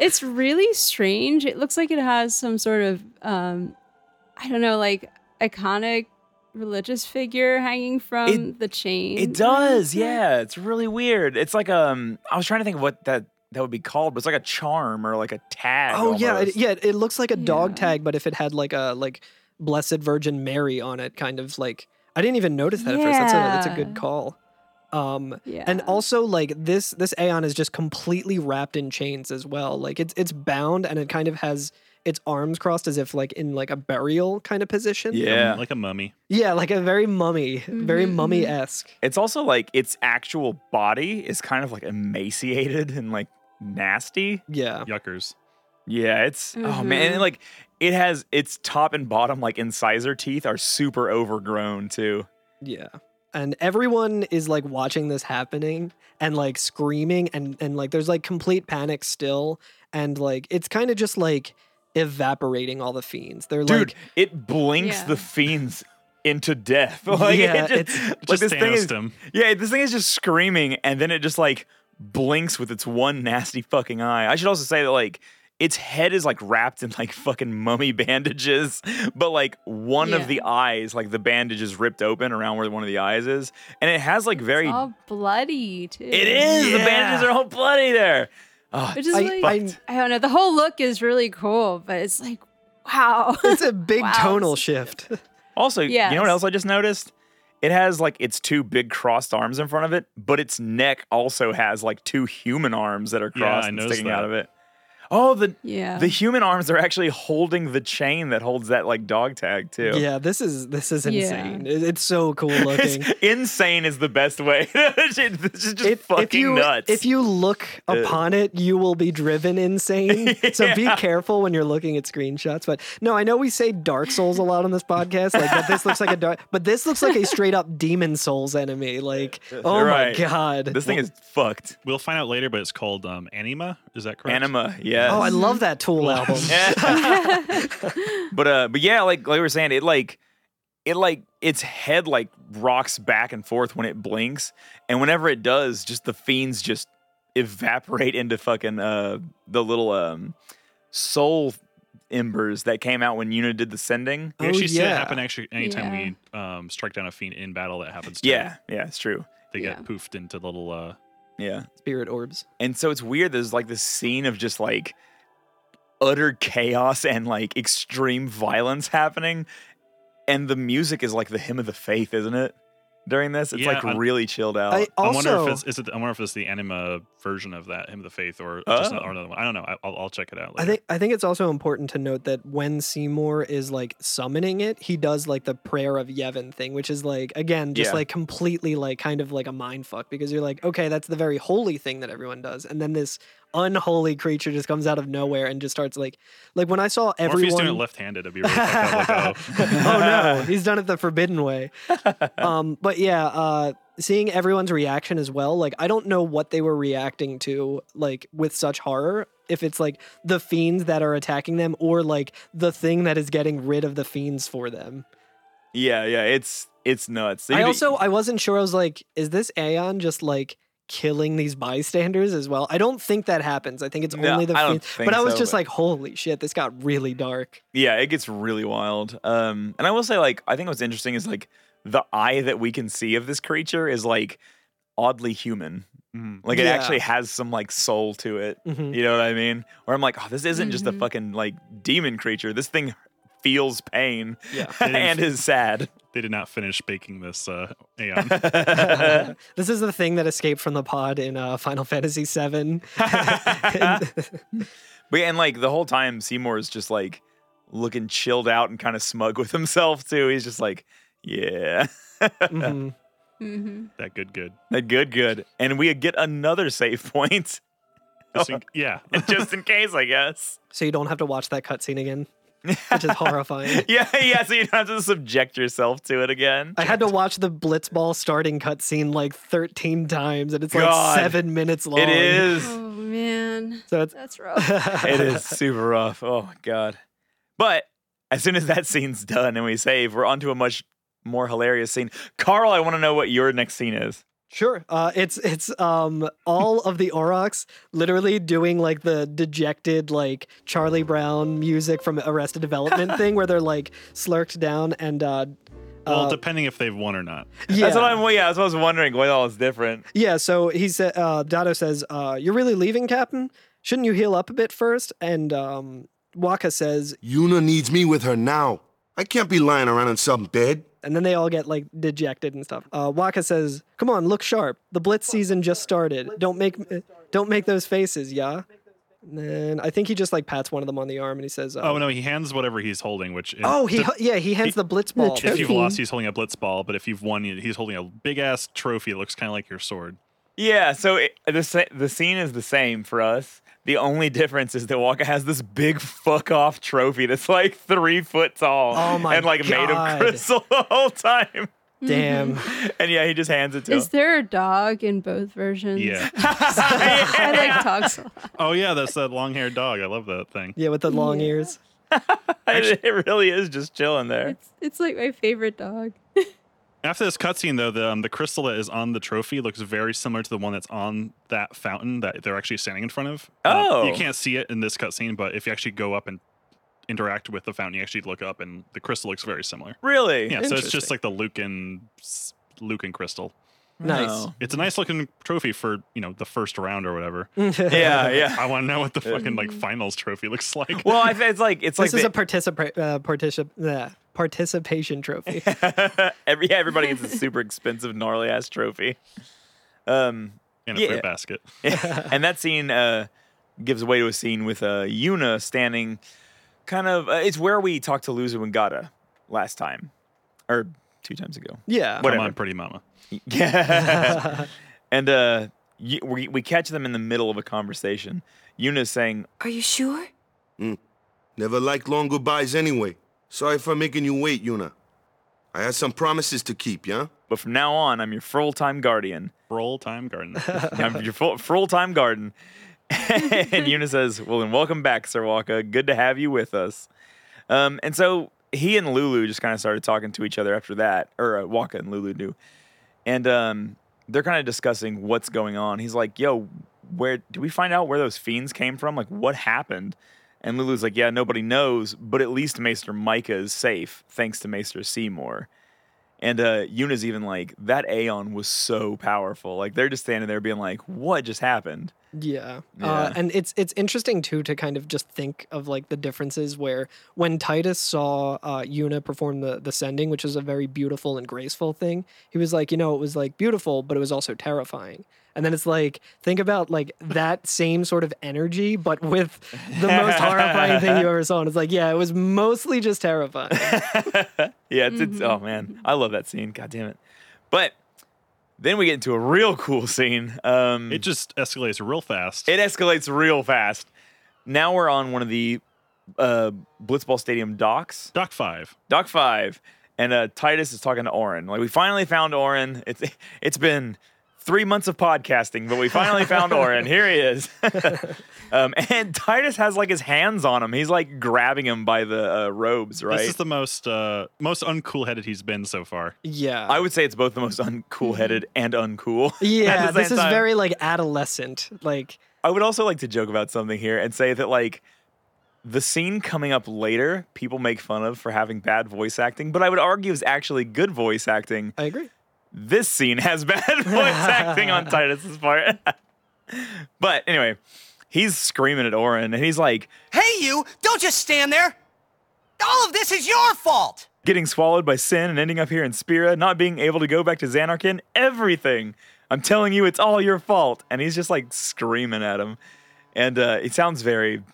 S6: it's really strange. It looks like it has some sort of um I don't know, like iconic religious figure hanging from
S3: It-
S6: the chain.
S3: It does, yeah. It's really weird. It's like um, I was trying to think of what that that would be called, but it's like a charm or like a tag.
S4: Oh yeah, it,
S3: almost.
S4: yeah. It looks like a dog
S6: Yeah.
S4: tag, but if it had like a like Blessed Virgin Mary on it, kind of like I didn't even notice that at first. That's a that's a good
S6: Yeah.
S4: call. Um,
S6: Yeah.
S4: And also like this this Aeon is just completely wrapped in chains as well. Like it's it's bound and it kind of has its arms crossed as if like in like a burial kind of position.
S3: Yeah.
S5: Um, like a mummy.
S4: Yeah, like a very mummy, very
S6: Mhm,
S4: mummy esque.
S3: It's also like its actual body is kind of like emaciated and like nasty.
S4: Yeah.
S5: Yuckers.
S3: Yeah, it's oh
S4: Mm-hmm.
S3: man, and like it has its top and bottom like incisor teeth are super overgrown too.
S4: Yeah. And everyone is like watching this happening and like screaming and and like there's like complete panic still and like it's kind of just like evaporating all the fiends. They're
S3: Dude,
S4: like
S3: it blinks
S6: Yeah.
S3: the fiends into death. Like
S4: Yeah,
S3: it just,
S4: it's-
S3: like,
S5: Just
S3: this thing
S5: Thanos'd
S3: is
S5: him.
S3: Yeah, this thing is just screaming, and then it just like blinks with its one nasty fucking eye. I should also say that like its head is like wrapped in like fucking mummy bandages, but like one of
S6: Yeah.
S3: the eyes, like the bandage is ripped open around where one of the eyes is, and it has like very.
S6: It's all bloody too.
S3: it is the bandages are all bloody there. Oh,
S6: Which is
S4: I-
S6: like
S4: I-
S6: I, don't know. The whole look is really cool, but it's like wow.
S4: it's a big
S6: Wow.
S4: tonal shift.
S3: also, you know what
S6: Yes.
S3: else I just noticed? It has like its two big crossed arms in front of it, but its neck also has like two human arms that are
S5: Yeah, I
S3: crossed and
S5: noticed
S3: sticking out
S5: that.
S3: of it. Oh, the
S6: yeah.
S3: The human arms are actually holding the chain that holds that like dog tag too.
S4: Yeah, this is this is
S6: Yeah.
S4: insane. It- It's so cool
S3: It's-
S4: looking.
S3: insane is the best way. this is just
S4: It-
S3: fucking
S4: if you
S3: nuts. Uh.
S4: if you look upon it, you will be driven insane. So be
S3: Yeah.
S4: careful when you're looking at screenshots. But no, I know we say Dark Souls a lot on this podcast, like that this looks like a dark, but this looks like a straight up Demon Souls enemy. Like, oh
S3: Right.
S4: my god,
S3: this thing is fucked.
S5: We'll find out later, but it's called um, Anima. Is that correct?
S3: Anima, yes.
S4: Oh, I love that Tool album.
S3: but uh, but yeah, like like we were saying, it like it like its head like rocks back and forth when it blinks, and whenever it does, just the fiends just evaporate into fucking uh the little um soul embers that came out when Yuna did the sending.
S5: We
S4: Oh,
S5: actually see it
S4: yeah.
S5: happen actually anytime we um, strike down a fiend in battle. That happens. Too.
S3: Yeah, yeah, it's true.
S5: They get
S6: Yeah.
S5: poofed into little. Uh,
S3: Yeah.
S4: Spirit orbs.
S3: And so it's weird. There's like this scene of just like utter chaos and like extreme violence happening. and the music is like the hymn of the faith, isn't it? During this, it's
S5: Yeah,
S3: like
S5: I-
S3: really chilled out.
S4: I
S5: I wonder
S4: also
S5: if it's is it, I wonder if it's the anima version of that hymn of the faith or just
S3: Oh.
S5: another, or another one. I don't know. I, I'll, I'll check it out.
S4: I
S5: later.
S4: think I think it's also important to note that when Seymour is like summoning it, he does like the prayer of Yevon thing, which is like again just
S3: Yeah.
S4: like completely like kind of like a mind fuck because you're like, okay, that's the very holy thing that everyone does, and then this unholy creature just comes out of nowhere and just starts like, like when I saw
S5: or if he's doing it
S4: everyone.
S5: left-handed, it'd be really fucked up, like, oh.
S4: oh no, he's done it the forbidden way. Um, but yeah, uh, seeing everyone's reaction as well, like I don't know what they were reacting to, like with such horror. If it's like the fiends that are attacking them, or like the thing that is getting rid of the fiends for them.
S3: yeah, yeah, it's it's nuts. So
S4: I
S3: you-
S4: also I wasn't sure. I was like, is this Aeon just like killing these bystanders as well? I don't think that happens. I think it's
S3: No,
S4: only the
S3: I don't
S4: fiends.
S3: think
S4: But I was
S3: so,
S4: just
S3: but-
S4: like, holy shit, this got really dark.
S3: yeah, it gets really wild. Um, and I will say, like, I think what's interesting is like the eye that we can see of this creature is like oddly human.
S5: Mhm.
S3: Like it
S4: Yeah.
S3: actually has some like soul to it.
S4: Mhm.
S3: You know what I mean? Or I'm like, oh, this isn't just a
S6: Mhm.
S3: fucking like demon creature. This thing feels pain
S4: Yeah.
S3: and is sad.
S5: They did not finish baking this uh, Aeon.
S4: this is the thing that escaped from the pod in uh, Final Fantasy Mm-hmm. VII.
S3: But yeah, and like the whole time, Seymour is just like looking chilled out and kind of smug with himself too. He's just like, yeah,
S4: Mhm.
S6: Mm-hmm.
S5: that good, good.
S3: good, good. And we get another save point
S5: Just in- yeah.
S3: just in case, I guess.
S4: So you don't have to watch that cutscene again, which is horrifying.
S3: Yeah, yeah. So you don't have to subject yourself to it again.
S4: I had to watch the Blitzball starting cutscene like 13 times, and it's like
S3: God.
S4: seven minutes long.
S3: It is.
S6: Oh man,
S4: So it's.
S6: that's rough.
S3: It is super rough. Oh my god. But as soon as that scene's done and we save, we're onto a much more hilarious scene. Carl, I want to know what your next scene is.
S4: Sure. Uh, it's it's um all of the Aurochs literally doing like the dejected like Charlie Brown music from Arrested Development thing where they're like slurked down and uh,
S5: Well,
S4: uh,
S5: depending if they've won or not.
S4: yeah.
S3: That's what I'm. Well, yeah, that's what I was wondering. What all is different?
S4: Yeah, so he said, uh, Dado says, uh, You're really leaving, Captain? Shouldn't you heal up a bit first? And um, Waka says,
S7: Yuna needs me with her now. I can't be lying around in some bed.
S4: and then they all get like dejected and stuff. Uh, Waka says, Come on, look sharp. The Blitz season just started. Don't make, uh, don't make those faces, yeah? And then I think he just like pats one of them on the arm and he says, uh,
S5: Oh no, he hands whatever he's holding, which is,
S4: Oh, he, yeah, he hands the Blitz ball.
S5: if you've
S8: Trophy.
S5: lost, he's holding a blitz ball, but if you've won, he's holding a big ass trophy. It looks kind of like your sword.
S3: Yeah. So it, the sa- the scene is the same for us. The only difference is that Waka has this big fuck off trophy that's like three foot tall
S4: Oh my
S3: and like made of
S4: God.
S3: crystal the whole time.
S4: Damn.
S3: And yeah, he just hands it to
S6: Is
S3: him.
S6: there a dog in both versions?
S5: Yeah.
S6: I like dogs. a lot.
S5: oh yeah, that's that long haired dog. I love that thing.
S4: Yeah, with the long ears.
S3: It, it really is just chilling there.
S6: It's it's like my favorite dog.
S5: After this cutscene, though, the um, the crystal that is on the trophy looks very similar to the one that's on that fountain that they're actually standing in front of. Uh,
S3: Oh.
S5: you can't see it in this cutscene, but if you actually go up and interact with the fountain, you actually look up, and the crystal looks very similar.
S3: Really?
S5: Yeah, so it's just
S4: Interesting.
S5: like the Lucan s- Lucan crystal.
S4: Nice.
S3: Oh.
S5: It's a nice looking trophy for you know the first round or whatever.
S3: Yeah. Yeah.
S5: I want to know what the fucking like finals trophy looks like.
S3: Well, I, think it's like it's like
S4: this is
S3: the-
S4: a participa- uh, particip- uh, participation trophy.
S3: Every yeah, everybody gets a super expensive gnarly ass trophy. Um,
S5: in a
S3: yeah.
S5: fruit basket.
S3: and that scene uh, gives way to a scene with uh, Yuna standing, kind of. Uh, it's where we talked to Luzu and Gata last time, or two times ago.
S4: yeah.
S5: Come
S3: Whatever.
S5: on, pretty mama.
S3: Yeah. and uh, y- we we catch them in the middle of a conversation. Yuna's saying,
S2: Are you sure?
S7: Never liked long goodbyes anyway. Sorry for making you wait, Yuna. I had some promises to keep, yeah?
S3: "But from now on, I'm your full time guardian.
S5: Roll time garden.
S3: I'm your full, full time garden. and Yuna says, Well, then welcome back, Sir Waka. Good to have you with us. Um, and so he and Lulu just kind of started talking to each other after that, or uh, Waka and Lulu do. And um, they're kind of discussing what's going on. He's like, Yo, where do we find out where those fiends came from? Like, what happened? And Lulu's like, Yeah, nobody knows, but at least Maester Micah is safe, thanks to Maester Seymour. And uh, Yuna's even like, that Aeon was so powerful. Like, they're just standing there being like, what just happened?
S4: Yeah.
S3: Yeah.
S4: Uh, and it's it's interesting too to kind of just think of like the differences where when Titus saw uh, Una perform the the sending, which is a very beautiful and graceful thing, he was like, you know, it was like beautiful, but it was also terrifying. And then it's like, think about like that same sort of energy, but with the most horrifying thing you ever saw. And it's like, yeah, it was mostly just terrifying.
S3: Yeah, it's, it's oh man, I love that scene. God damn it. But then we get into a real cool scene. Um,
S5: It just escalates real fast.
S3: It escalates real fast. Now we're on one of the uh, Blitzball Stadium docks,
S5: Doc five.
S3: Dock Five, and uh, Titus is talking to Oren. Like we finally found Oren. It's it's been three months of podcasting, but we finally found Oren. Here he is. um, and Titus has like his hands on him. He's like grabbing him by the uh, robes, right?
S5: This is the most uh, most uncool headed he's been so far.
S4: yeah.
S3: I would say it's both the most uncool headed and uncool. at
S4: Mm-hmm. yeah,
S3: the same
S4: this is
S3: time.
S4: very like adolescent. Like
S3: I would also like to joke about something here and say that like the scene coming up later, people make fun of for having bad voice acting, but I would argue is actually good voice acting.
S4: I agree.
S3: This scene has bad voice acting on Titus's part. but anyway, he's screaming at Oren and he's like
S1: Hey, you! Don't just stand there! All of this is your fault!
S3: getting swallowed by sin and ending up here in Spira, not being able to go back to Xanarkin, everything. I'm telling you, it's all your fault. And he's just like screaming at him. And uh, it sounds very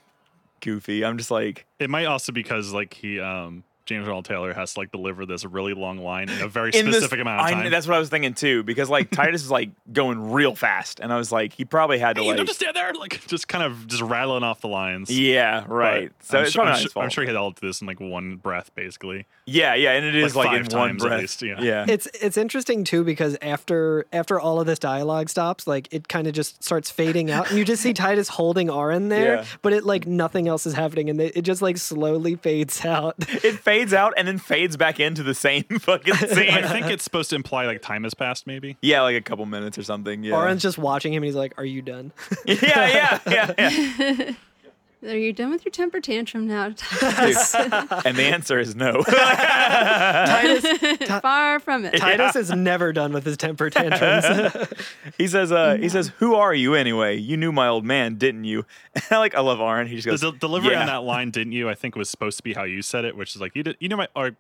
S3: goofy. I'm just like,
S5: It might also because like he um James Earl Taylor has to like deliver this really long line in a very
S3: in this-
S5: specific amount of
S3: I-
S5: time.
S3: that's what I was thinking too, because like Titus is like going real fast, and I was like, he probably had to
S5: Hey, you
S3: like,
S5: don't just stand there like just kind of just rattling off the lines.
S3: yeah, right.
S5: But
S3: So
S5: I'm,
S3: it's
S5: sure,
S3: probably
S5: I'm,
S3: not
S5: sure-
S3: his
S5: I'm
S3: fault.
S5: sure he had all of this in like one breath, basically.
S3: yeah, yeah, and it is
S5: Like
S3: like, in
S5: five
S3: one
S5: times at
S3: breath.
S5: least, yeah.
S3: yeah.
S4: it's it's interesting too because after after all of this dialogue stops, like it kind of just starts fading out, and you just see Titus holding Arin there,
S3: Yeah.
S4: but it like nothing else is happening, and it, it just like slowly fades out.
S3: it fades out and then fades back into the same fucking
S5: I
S3: scene.
S5: think it's supposed to imply like time has passed, maybe.
S3: yeah, like a couple minutes or something. Yeah,
S4: Arin's just watching him, and he's like, "Are you done?"
S3: yeah, yeah, yeah. yeah.
S6: Are you done with your temper tantrum now?
S3: And the answer is no.
S6: Far from it.
S4: Titus is never done with his temper tantrums.
S3: he says, uh, he says, who are you anyway? You knew my old man, didn't you? And I like, I love Arn. He just
S5: The
S3: goes,
S5: del- delivery
S3: yeah.
S5: on that line, didn't you? I think was supposed to be how you said it, which is like you did. You know my or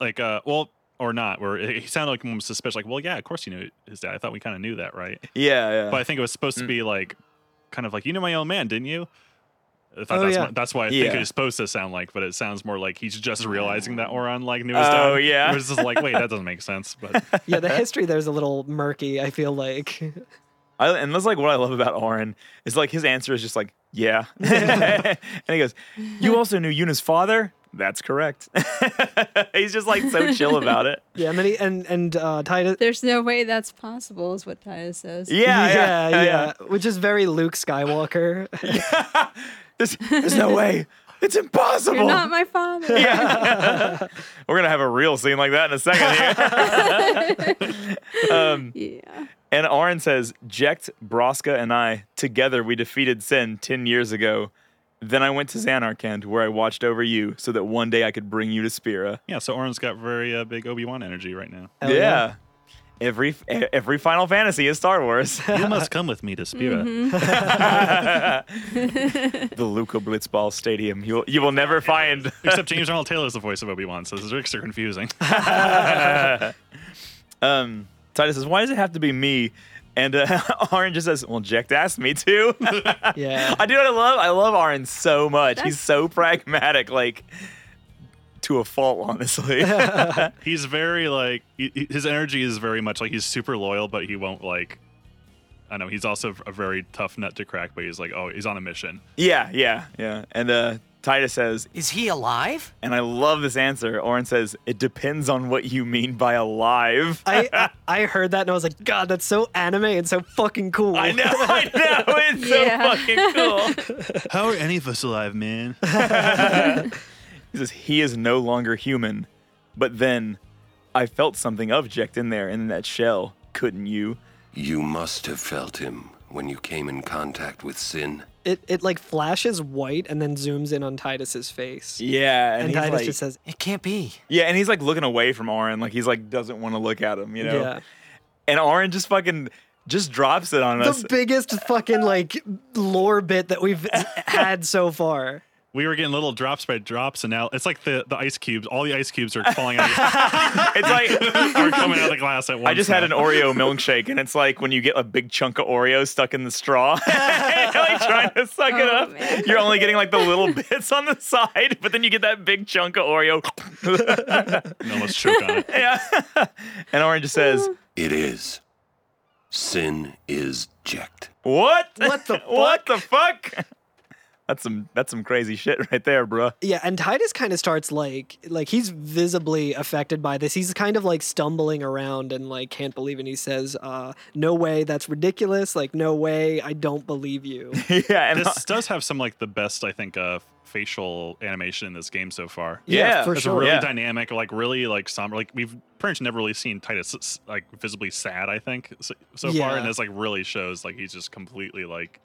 S5: like uh well or not. Where it, he sounded like almost suspicious. Like well yeah, of course you knew his dad. I thought we kind of knew that, right?
S3: Yeah, Mm. yeah.
S5: But I think it was supposed to be like kind of like you know my old man, didn't you? I thought
S4: Oh,
S5: that's,
S4: yeah.
S5: what- that's why I think
S3: Yeah.
S5: it was supposed to sound like, but it sounds more like he's just realizing that Oron like knew his dad.
S3: Oh, yeah.
S5: It was just like, wait, that doesn't make sense. But
S4: yeah, the history there's a little murky. I feel like
S3: I, and that's like what I love about Oren is like his answer is just like, yeah. and he goes, you also knew Yuna's father? That's correct. He's just like so chill about it.
S4: yeah, and then he, and and uh, Titus.
S6: There's no way that's possible, is what Titus says.
S3: Yeah, yeah,
S4: yeah, yeah, which is very Luke Skywalker.
S3: There's, there's no way. It's impossible.
S6: You're not my father.
S3: Yeah. We're gonna have a real scene like that in a second here. um,
S6: Yeah.
S3: and Arn says, Jekt, Broska, and I together we defeated Sin ten years ago. Then I went to Xanarkand, where I watched over you, so that one day I could bring you to Spira.
S5: yeah, so Oron's got very uh, big Obi Wan energy right now.
S4: Hell
S3: yeah. Every every Final Fantasy is Star Wars.
S5: You must come with me to Spira.
S3: the Luca Blitzball Stadium. You you will never find.
S5: Except James Arnold Taylor is the voice of Obi Wan, so those tricks are confusing.
S3: Um, Titus says, "Why does it have to be me?" And uh, Orange just says, "Well, Jekt asked me to."
S4: yeah.
S3: I do what I love. I love Arn so much. He's
S6: That's-
S3: so pragmatic, like to a fault, honestly.
S5: he's very like he- he- his energy is very much like he's super loyal, but he won't like. I know he's also a very tough nut to crack, but he's like, oh, he's on a mission.
S3: yeah, yeah, yeah. And uh, Titus says,
S1: Is he alive?
S3: and I love this answer. Orin says, "It depends on what you mean by alive."
S4: I, I I heard that and I was like, God, that's so anime and so fucking cool.
S3: I know, I know. It's so
S6: Yeah.
S3: fucking cool.
S5: How are any of us alive, man?
S3: He says, He is no longer human. But then I felt something of Jekt in there in that shell, couldn't you?
S8: You must have felt him when you came in contact with sin?
S4: It it like flashes white and then zooms in on Titus's face.
S3: Yeah, and,
S4: And,
S3: he's
S4: Titus
S3: like,
S4: just says,
S1: It can't be.
S3: yeah, and he's like looking away from Oren, like he's like doesn't want to look at him, you know.
S4: Yeah.
S3: And Oren just fucking just drops it on us.
S4: the biggest fucking like lore bit that we've had so far.
S5: We were getting little drops by drops, and now it's like the, the ice cubes. All the ice cubes are falling out,
S3: it's like
S5: are coming out of the glass at once.
S3: I just had an
S5: now.
S3: Oreo milkshake, and it's like when you get a big chunk of Oreo stuck in the straw, and you're like trying to suck it
S6: Oh,
S3: up.
S6: man.
S3: You're only getting like the little bits on the side, but then you get that big chunk of Oreo.
S5: almost choke on it.
S3: yeah. And Orange just says,
S8: It is. Sin is ject.
S3: "What?
S4: What the
S3: what the fuck? That's some that's some crazy shit right there, bruh.
S4: Yeah, and Titus kind of starts like like he's visibly affected by this. He's kind of like stumbling around and like can't believe it. And he says, uh, "No way, that's ridiculous! Like, no way, I don't believe you."
S3: yeah, and
S5: This does have some like the best, I think, uh, facial animation in this game so far.
S3: Yeah,
S4: for
S5: It's
S4: sure.
S5: really
S3: Yeah.
S5: dynamic, like really like somber. Like we've pretty much never really seen Titus s- like visibly sad. I think so, so far,
S4: Yeah.
S5: and this like really shows like he's just completely like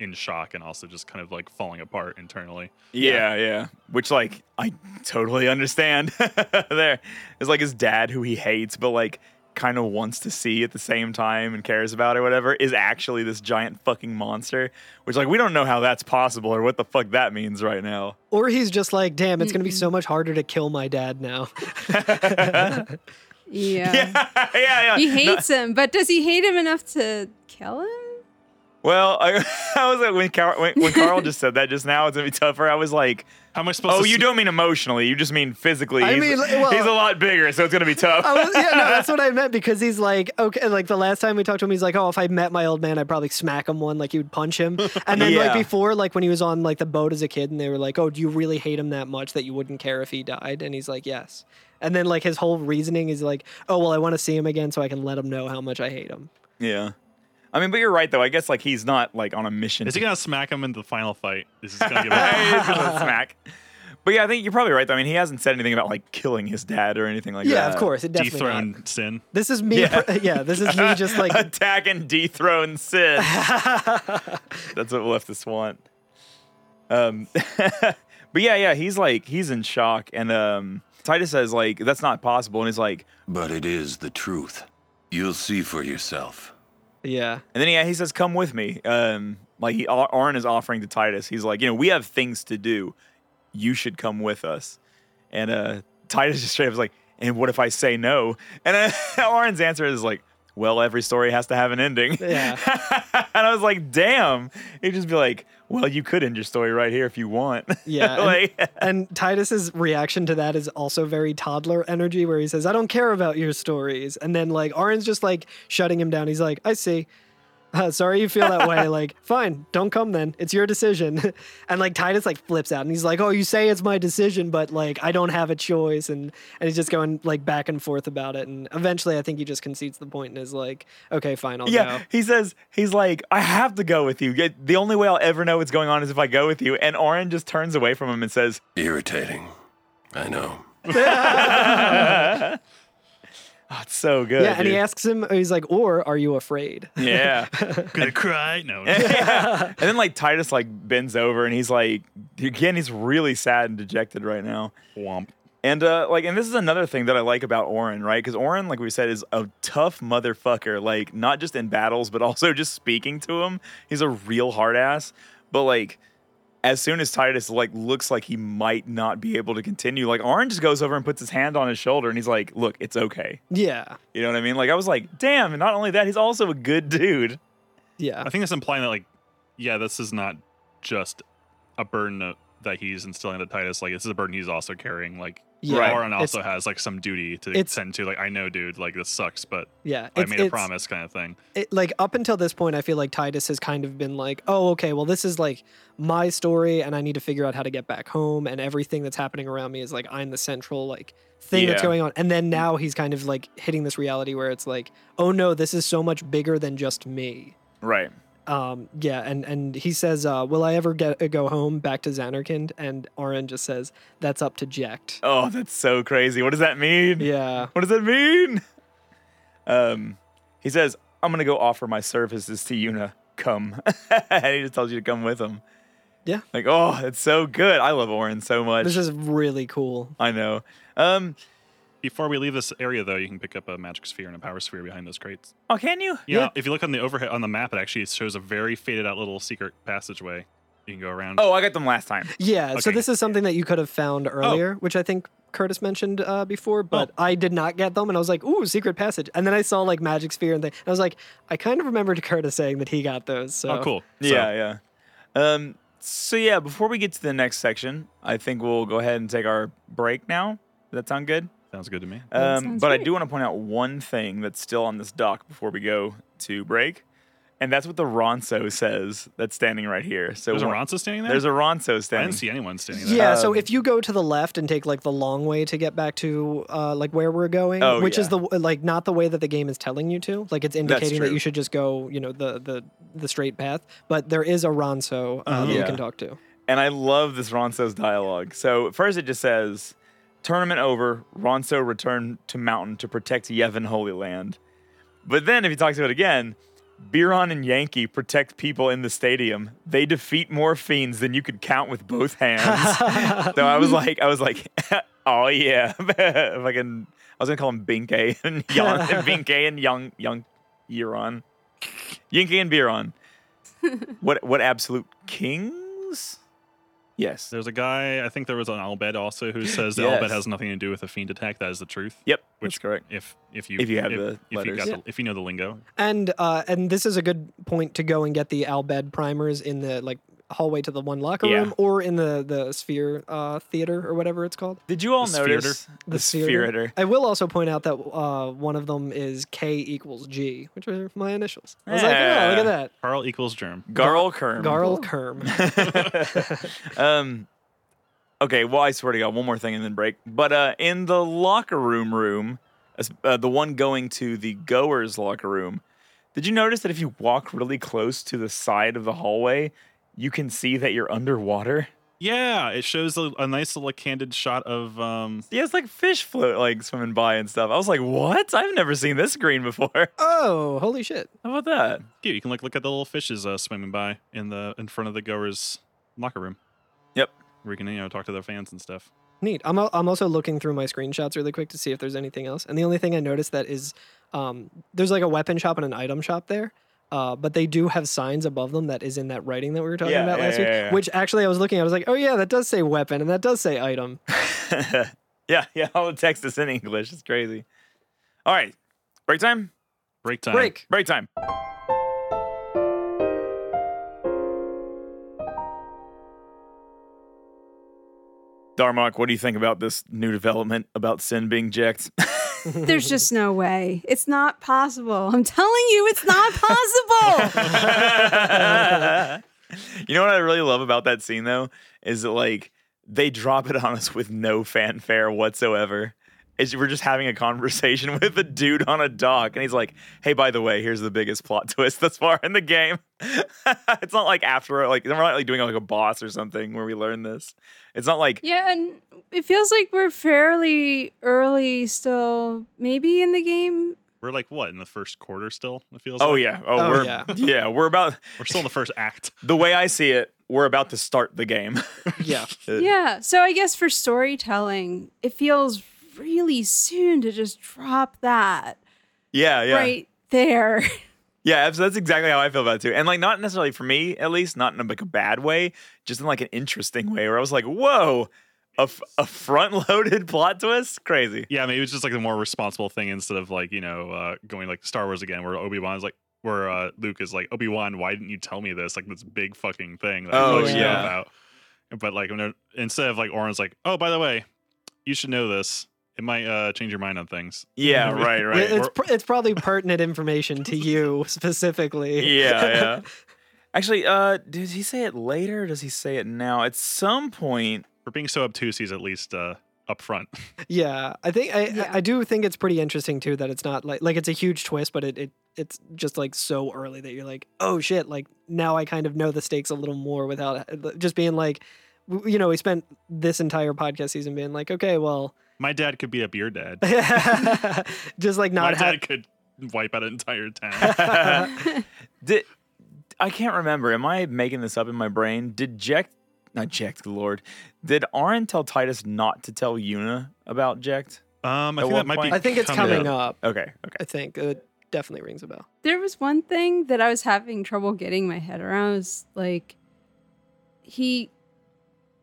S5: in shock and also just kind of like falling apart internally.
S3: Yeah, yeah. Which like I totally understand. there. It's like his dad who he hates but like kind of wants to see at the same time and cares about or whatever is actually this giant fucking monster, which like we don't know how that's possible or what the fuck that means right now.
S4: Or he's just like, "Damn, it's
S3: Mm.
S4: gonna be so much harder to kill my dad now."
S6: Yeah.
S3: Yeah, yeah, yeah.
S6: He hates him, but does he hate him enough to kill him?
S3: Well, I, I was like when Carl, when, when Carl just said that just now it's going to be tougher. I was like,
S5: How am I supposed?
S3: "Oh,
S5: to
S3: you
S5: s-
S3: don't mean emotionally. You just mean physically."
S4: I
S3: he's,
S4: mean, like, well-
S3: he's a lot bigger, so it's going to be tough.
S4: I was, yeah, no, that's what I meant because he's like, okay, like the last time we talked to him, he's like, oh, if I met my old man, I'd probably smack him one, like he would punch him. And then like
S3: Yeah.
S4: before, like when he was on like the boat as a kid, and they were like, oh, do you really hate him that much that you wouldn't care if he died? And he's like, yes. And then like his whole reasoning is like, oh, well, I want to see him again so I can let him know how much I hate him.
S3: yeah. I mean, but you're right though. I guess like he's not like on a mission.
S5: Is
S3: to
S5: he gonna smack him in the final fight? Is he gonna give
S3: Hey,
S5: up?
S3: it's a smack. But yeah, I think you're probably right. Though. I mean, he hasn't said anything about like killing his dad or anything like uh,
S4: Yeah,
S3: that.
S4: of course, it definitely. not.
S5: dethrone sin?
S4: This is me.
S3: Yeah.
S4: pr- yeah, this is me just like
S3: attack and dethrone Sid. That's what leftists want. Um, but yeah, yeah, he's like he's in shock, and um, Titus says like that's not possible, and he's like,
S8: But it is the truth. You'll see for yourself.
S4: yeah.
S3: and then yeah, he says, "Come with me." Um, like he, Arn is offering to Titus. He's like, you know, we have things to do. You should come with us. And uh, Titus just straight up is like, and what if I say no? And uh, Arn's answer is like, well, every story has to have an ending.
S4: Yeah.
S3: and I was like, damn. He'd just be like, well, you could end your story right here if you want.
S4: Yeah, and-
S3: like,
S4: And Titus's reaction to that is also very toddler energy, where he says, "I don't care about your stories," and then like Oren's just like shutting him down. He's like, "I see. Uh, sorry you feel that way. Like, fine, don't come then. It's your decision." and like Titus like flips out and he's like, "Oh, you say it's my decision, but like I don't have a choice." And and he's just going like back and forth about it. And eventually, I think he just concedes the point and is like, "Okay, fine, I'll
S3: yeah,
S4: go."
S3: he says, he's like, I have to go with you. Yeah, The only way I'll ever know what's going on is if I go with you. And Oren just turns away from him and says,
S8: Irritating. I know.
S3: oh, it's so good.
S4: Yeah, and he
S3: dude.
S4: asks him, he's like, "Or are you afraid?"
S3: Yeah.
S5: Gonna cry? No.
S3: and then like Titus like bends over and he's like again he's really sad and dejected right now.
S5: Womp.
S3: And uh like and this is another thing that I like about Orin, right? Cuz Orin like we said is a tough motherfucker, like not just in battles but also just speaking to him. He's a real hard ass, but like as soon as Titus like looks like he might not be able to continue, like Orin just goes over and puts his hand on his shoulder and he's like, "Look, it's okay."
S4: Yeah,
S3: You know what I mean? Like I was like, "Damn!" And not only that, he's also a good dude.
S4: yeah.
S5: I think that's implying that, like, yeah, this is not just a burden of- that he's instilling to Titus. Like, this is a burden he's also carrying. Like,
S4: Yeah.
S3: Right.
S5: Aaron also
S4: It's-
S5: has like some duty to
S4: it's-
S5: tend to. Like, I know, dude. Like, this sucks, but
S4: Yeah,
S5: I
S4: it's-
S5: made a
S4: it's-
S5: promise, kind of thing.
S4: it, like up until this point, I feel like Titus has kind of been like, oh, okay, well, this is like my story, and I need to figure out how to get back home, and everything that's happening around me is like I'm the central like thing that's
S3: Yeah.
S4: going on. And then now he's kind of like hitting this reality where it's like, oh no, this is so much bigger than just me.
S3: Right.
S4: Um, yeah, and and he says, uh, will I ever get go home back to Xanarkand? And Oren just says, that's up to Ject.
S3: Oh, that's so crazy. What does that mean?
S4: Yeah,
S3: What does that mean? Um, he says, I'm going to go offer my services to Yuna. come. and he just tells you to come with him.
S4: Yeah.
S3: Like, oh, it's so good. I love Orin so much.
S4: This is really cool.
S3: I know. Um,
S5: Before we leave this area, though, you can pick up a magic sphere and a power sphere behind those crates.
S3: oh, can you?
S5: Yeah, if you look on the overhead on the map, it actually shows a very faded out little secret passageway. You can go around.
S3: Oh, I got them last time.
S4: Yeah, so
S5: Okay.
S4: this is something that you could have found
S3: Oh.
S4: earlier, which I think Curtis mentioned uh, before, but I did not get them, and I was like, "Ooh, secret passage!" And then I saw like magic sphere and thing. and I was like, "I kind of remembered Curtis saying that he got those." So
S5: Oh, cool. So,
S3: Yeah, yeah. Um, so yeah, before we get to the next section, I think we'll go ahead and take our break now. Does that sound good?
S5: Sounds good to me.
S3: Um,
S6: sounds
S3: but I
S6: great.
S3: do want to point out one thing that's still on this dock before we go to break, and that's what the Ronso says that's standing right here. So
S5: There's a
S3: one-
S5: Ronsa standing there?
S3: There's a Ronso
S5: I
S3: standing.
S5: didn't see anyone standing there.
S4: Yeah, so if you go to the left and take like the long way to get back to uh, like where we're going,
S3: Oh,
S4: which is
S3: yeah.
S4: the like not the way that the game is telling you to, like it's indicating that
S3: true.
S4: you should just go, you know, the the the straight path. But there is a Ronso uh, that you
S3: Mm-hmm. Yeah.
S4: can talk to.
S3: And I love this Ronso's dialogue. So first it just says, "Tournament over. Ronso returned to mountain to protect Yevon Holy Land." But then if he talks about it again, Biron and Yankee protect people in the stadium. They defeat more fiends than you could count with both hands. so I was like, I was like, oh yeah, if I can, I was gonna call him Binke and Yon, Binke and Young Young Euron, Yinke and Biron. what what absolute kings? Yes.
S5: There's a guy, I think there was an Albed also, who says that
S3: Yes.
S5: Albed has nothing to do with a fiend attack. That is the truth.
S3: yep.
S5: Which-
S3: that's correct.
S5: If if you
S3: If you have
S5: if,
S3: the
S5: if you
S3: letters.
S5: got
S3: Yeah.
S5: the, if you know the lingo,
S4: And uh, and this is a good point to go and get the Albed primers in the like hallway to the one locker
S3: Yeah.
S4: room or in the the Sphere uh, theater or whatever it's called.
S3: Did you all
S5: The
S3: notice the
S4: Sphereator.
S3: Sphereator?
S4: I will also point out that uh, one of them is K equals G, which are my initials. I was like, oh, look
S3: Yeah.
S4: at that.
S5: Carl equals germ.
S3: Garl Kerm.
S4: Garl Kerm.
S3: um, okay, well, I swear to God, one more thing and then break. But uh, in the locker room room, as- uh, the one going to the goer's locker room, did you notice that if you walk really close to the side of the hallway, you can see that you're underwater?
S5: Yeah, it shows a, a nice little candid shot of um
S3: Yeah, it's like fish float, like swimming by and stuff. I was like, what? I've never seen this green before.
S4: Oh, holy shit.
S3: How about that?
S5: cute. You can like look at the little fishes uh, swimming by in the in front of the goers locker room.
S3: Yep.
S5: Where you can you know talk to their fans and stuff.
S4: Neat. I'm, al- I'm also looking through my screenshots really quick to see if there's anything else. And the only thing I noticed that is um, there's like a weapon shop and an item shop there. Uh, but they do have signs above them that is in that writing that we were talking
S3: Yeah,
S4: about
S3: yeah,
S4: last
S3: yeah,
S4: week.
S3: yeah, yeah.
S4: Which actually I was looking at, I was like, oh yeah, that does say weapon and that does say item.
S3: yeah, yeah, all the text is in English. It's crazy. All right, break time?
S5: Break time.
S4: Break.
S3: Break time. Darmok, what do you think about this new development about Sin being jacked?
S6: There's just no way. It's not possible. I'm telling you, it's not possible.
S3: you know what I really love about that scene though is that like they drop it on us with no fanfare whatsoever. Is we're just having a conversation with a dude on a dock, and he's like, "Hey, by the way, here's the biggest plot twist thus far in the game." it's not like after like we're not like doing like a boss or something where we learn this. It's not like
S6: yeah, and it feels like we're fairly early still, maybe in the game.
S5: We're like what in the first quarter still? It feels.
S3: oh
S5: like?
S3: yeah, oh,
S4: Oh,
S3: we're
S4: yeah.
S3: yeah. we're about
S5: We're still in the first act.
S3: the way I see it. We're about to start the game.
S4: Yeah.
S3: Uh,
S6: Yeah. So I guess for storytelling, it feels really soon to just drop that
S3: yeah, yeah.
S6: right there.
S3: Yeah, abs- that's exactly how I feel about it too. And like not necessarily for me, at least, not in a, like a bad way, just in like an interesting way where I was like, whoa, a, f- a front loaded plot twist? Crazy.
S5: Yeah, maybe it's just like the more responsible thing instead of like you know uh, going like Star Wars again, where Obi Wan's like, where uh, Luke is like, Obi Wan, why didn't you tell me this? Like this big fucking thing that I
S3: Oh,
S5: really should know
S3: yeah.
S5: about. But like when they're- instead of like Oren's like, oh by the way, you should know this. It might uh, change your mind on things.
S3: Yeah, right, right.
S4: It's, pr- it's probably pertinent information to you specifically.
S3: yeah, yeah. Actually, uh, does he say it later or does he say it now? At some point,
S5: For being so obtuse, he's at least uh, upfront.
S4: Yeah, I think I,
S6: Yeah.
S4: I I do think it's pretty interesting too that it's not like like it's a huge twist, but it, it it's just like so early that you're like, oh shit, like now I kind of know the stakes a little more without uh, just being like, w- you know, we spent this entire podcast season being like, okay, well,
S5: My dad could beat up your dad.
S4: just like
S5: My
S4: not
S5: dad
S4: having.
S3: Uh,
S5: could wipe out an entire town.
S3: did, I can't remember. Am I making this up in my brain? Did Jekt, not Jekt, Lord, did Arin tell Titus not to tell Yuna about Jekt?
S5: Um, I
S3: At
S5: think
S3: what
S5: that might be.
S3: point-
S4: I think it's coming up.
S3: Okay, okay.
S4: I think it definitely rings a bell.
S6: There was one thing that I was having trouble getting my head around. It was like, he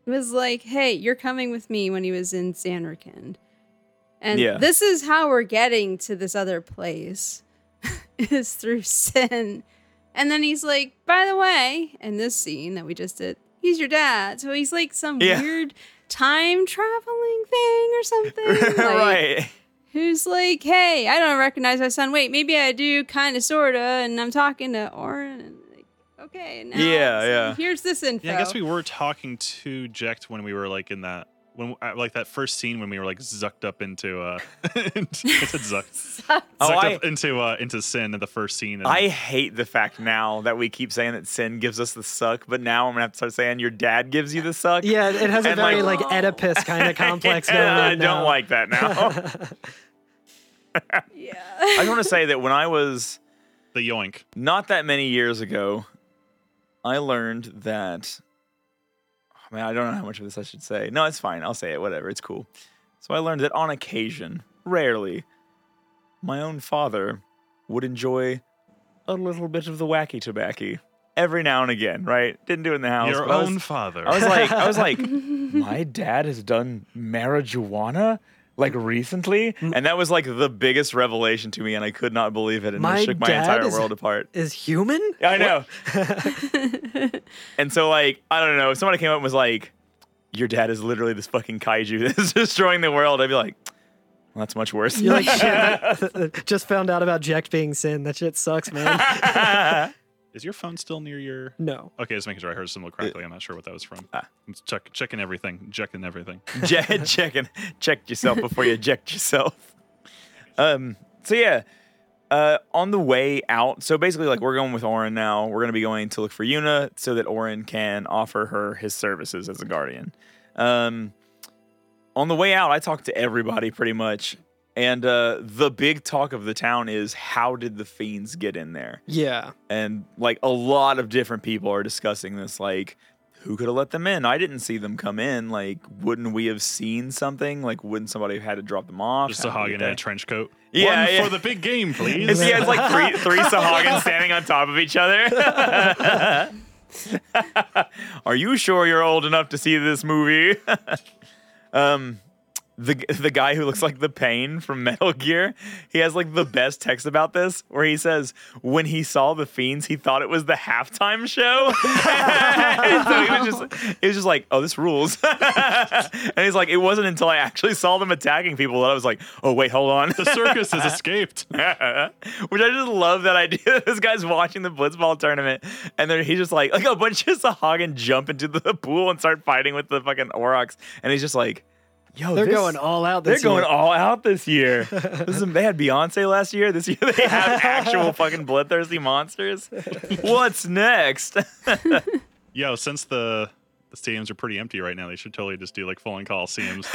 S6: was like, "Hey, you're coming with me." When he was in Sanderkind, and
S3: Yeah.
S6: this is how we're getting to this other place, is through sin. And then he's like, "By the way," in this scene that we just did, he's your dad. So he's like some
S3: Yeah.
S6: weird time traveling thing or something. like-
S3: right.
S6: who's like, "Hey, I don't recognize my son. Wait, maybe I do, kind of, sorta." And I'm talking to Orin, and like, okay, now
S3: Yeah,
S6: so
S3: yeah.
S6: Here's this info.
S5: Yeah, I guess we were talking to Jekt when we were like in that when uh, like that first scene when we were like zucked up into uh, I said zucked,
S3: Oh,
S5: zucked
S3: I-
S5: up into uh, into sin in the first scene. And,
S3: I hate the fact now that we keep saying that sin gives us the suck, but now I'm gonna have to start saying your dad gives you the suck.
S4: Yeah, it has a
S3: And,
S4: very
S3: like-
S4: like, Oedipus kind of complex
S3: Yeah,
S4: going on.
S3: I
S4: now.
S3: don't like that now.
S6: yeah.
S3: I just want to say that when I was
S5: the yoink.
S3: not that many years ago, I learned that. I mean, I don't know how much of this I should say. No, it's fine. I'll say it. Whatever. It's cool. So I learned that on occasion, rarely, my own father would enjoy a little bit of the wacky tobacco every now and again. Right? Didn't do it in the house.
S5: Your
S3: but I was-
S5: own father.
S3: I was like, I was like, my dad has done marijuana like recently, and that was like the biggest revelation to me, and I could not believe it, and
S4: My
S3: it shook my
S4: dad
S3: entire
S4: is-
S3: world apart.
S4: Is human?
S3: I know. and so, like, I don't know. If somebody came up and was like, "Your dad is literally this fucking kaiju that is destroying the world," I'd be like, well, "That's much worse."
S4: You're like, shit, that- just found out about Jack being sin. That shit sucks, man.
S5: Is your phone still near your?
S4: No.
S5: Okay, just making sure I heard something correctly. I'm not sure what that was from.
S3: Uh.
S5: I'm check, checking everything, checking everything.
S3: Je- checking, check yourself before you eject yourself. Um. So yeah, uh, on the way out. So basically, like we're going with Orin now. We're gonna be going to look for Yuna so that Orin can offer her his services as a guardian. Um, on the way out, I talked to everybody pretty much, and uh, the big talk of the town is how did the fiends get in there?
S4: Yeah.
S3: and like a lot of different people are discussing this like who could have let them in i didn't see them come in like wouldn't we have seen something like wouldn't somebody have had to drop them off
S5: Just a
S3: How did
S5: Hagen
S3: they-
S5: in a trench coat.
S3: Yeah,
S5: One
S3: yeah.
S5: for the big game, please.
S3: it's, yeah, it's like three, three Sahagans standing on top of each other. Are you sure you're old enough to see this movie? um, the the guy who looks like the pain from Metal Gear, he has like the best text about this, where he says when he saw the fiends, he thought it was the halftime show. And so he was just he was just like, oh, this rules. and he's like, it wasn't until I actually saw them attacking people that I was like, oh wait, hold on.
S5: the circus has escaped.
S3: Which I just love that idea. This guy's watching the blitzball tournament, and then he's just like, like a bunch of Sahagin jump into the pool and start fighting with the fucking Aurochs, and he's just like, "Yo,
S4: They're
S3: Oh, this-
S4: going all out
S3: they're
S4: this
S3: going
S4: year.
S3: all out this year. This is, they had Beyonce last year. This year they have actual fucking bloodthirsty monsters. What's next?
S5: Yo, since the the stadiums are pretty empty right now, they should totally just do like full on coliseums.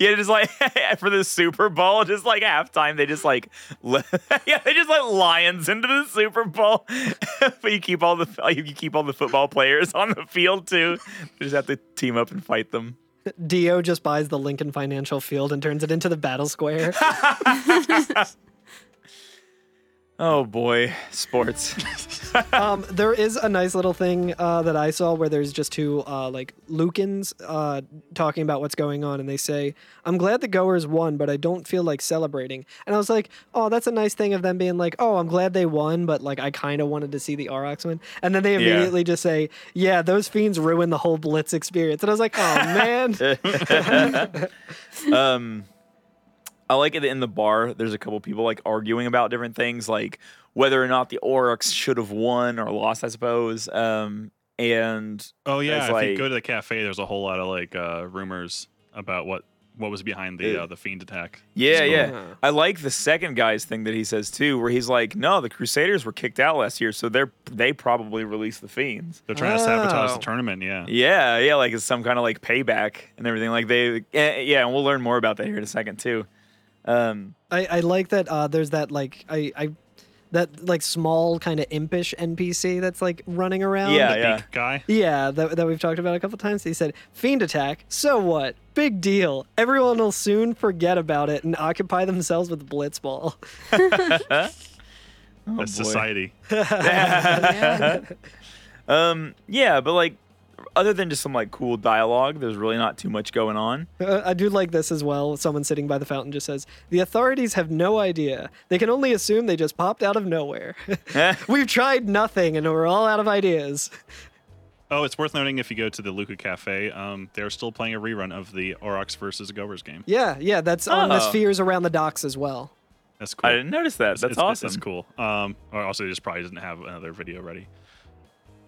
S3: yeah, just like for the Super Bowl, just like halftime, they just like le- yeah, they just let lions into the Super Bowl. but you keep all the you keep all the football players on the field too. You just have to team up and fight them.
S4: Dio just buys the Lincoln Financial Field and turns it into the battle square.
S3: Oh boy, sports.
S4: um, there is a nice little thing uh, that I saw where there's just two uh, like Lucans uh, talking about what's going on, and they say, "I'm glad the Goers won, but I don't feel like celebrating." And I was like, "Oh, that's a nice thing of them being like, oh, I'm glad they won, but like I kind of wanted to see the Aurochs win." And then they
S3: Yeah.
S4: immediately just say, "Yeah, those fiends ruined the whole Blitz experience." And I was like, "Oh man,
S3: um I like it in the bar. There's a couple people like arguing about different things, like whether or not the Oryx should have won or lost. I suppose. Um, and
S5: Oh yeah,
S3: It's
S5: if you
S3: like-
S5: go to the cafe, there's a whole lot of like uh, rumors about what what was behind the
S3: Yeah.
S5: uh, the fiend attack.
S3: Yeah, yeah.
S4: Yeah.
S3: I like the second guy's thing that he says too, where he's like, "No, the Crusaders were kicked out last year, so they're they probably released the fiends."
S5: They're trying to sabotage
S4: Oh.
S5: the tournament. Yeah.
S3: Yeah, yeah, like it's some kind of like payback and everything. Like they, eh, yeah, and we'll learn more about that here in a second too. Um,
S4: I, I like that uh, there's that like I, I that like small kind of impish NPC that's like running around.
S3: Yeah,
S5: the
S3: yeah.
S5: big guy.
S4: Yeah, that, that we've talked about a couple times. He said, Fiend attack, so what? Big deal. Everyone will soon forget about it and occupy themselves with Blitzball. Oh,
S5: That's
S3: boy.
S5: society.
S3: Um, yeah, but like, other than just some like cool dialogue, there's really not too much going on.
S4: Uh, I do like this as well. Someone sitting by the fountain just says, The authorities have no idea. They can only assume they just popped out of nowhere. We've tried nothing and we're all out of ideas.
S5: Oh, it's worth noting if you go to the Luca Cafe, um, they're still playing a rerun of the Aurochs versus Goers game.
S4: Yeah, yeah, that's on the
S3: Oh.
S4: spheres around the docks as well.
S5: That's cool.
S3: I didn't notice that. That's
S5: It's- it's-
S3: awesome.
S5: It's cool. Um, or also, they just probably didn't have another video ready.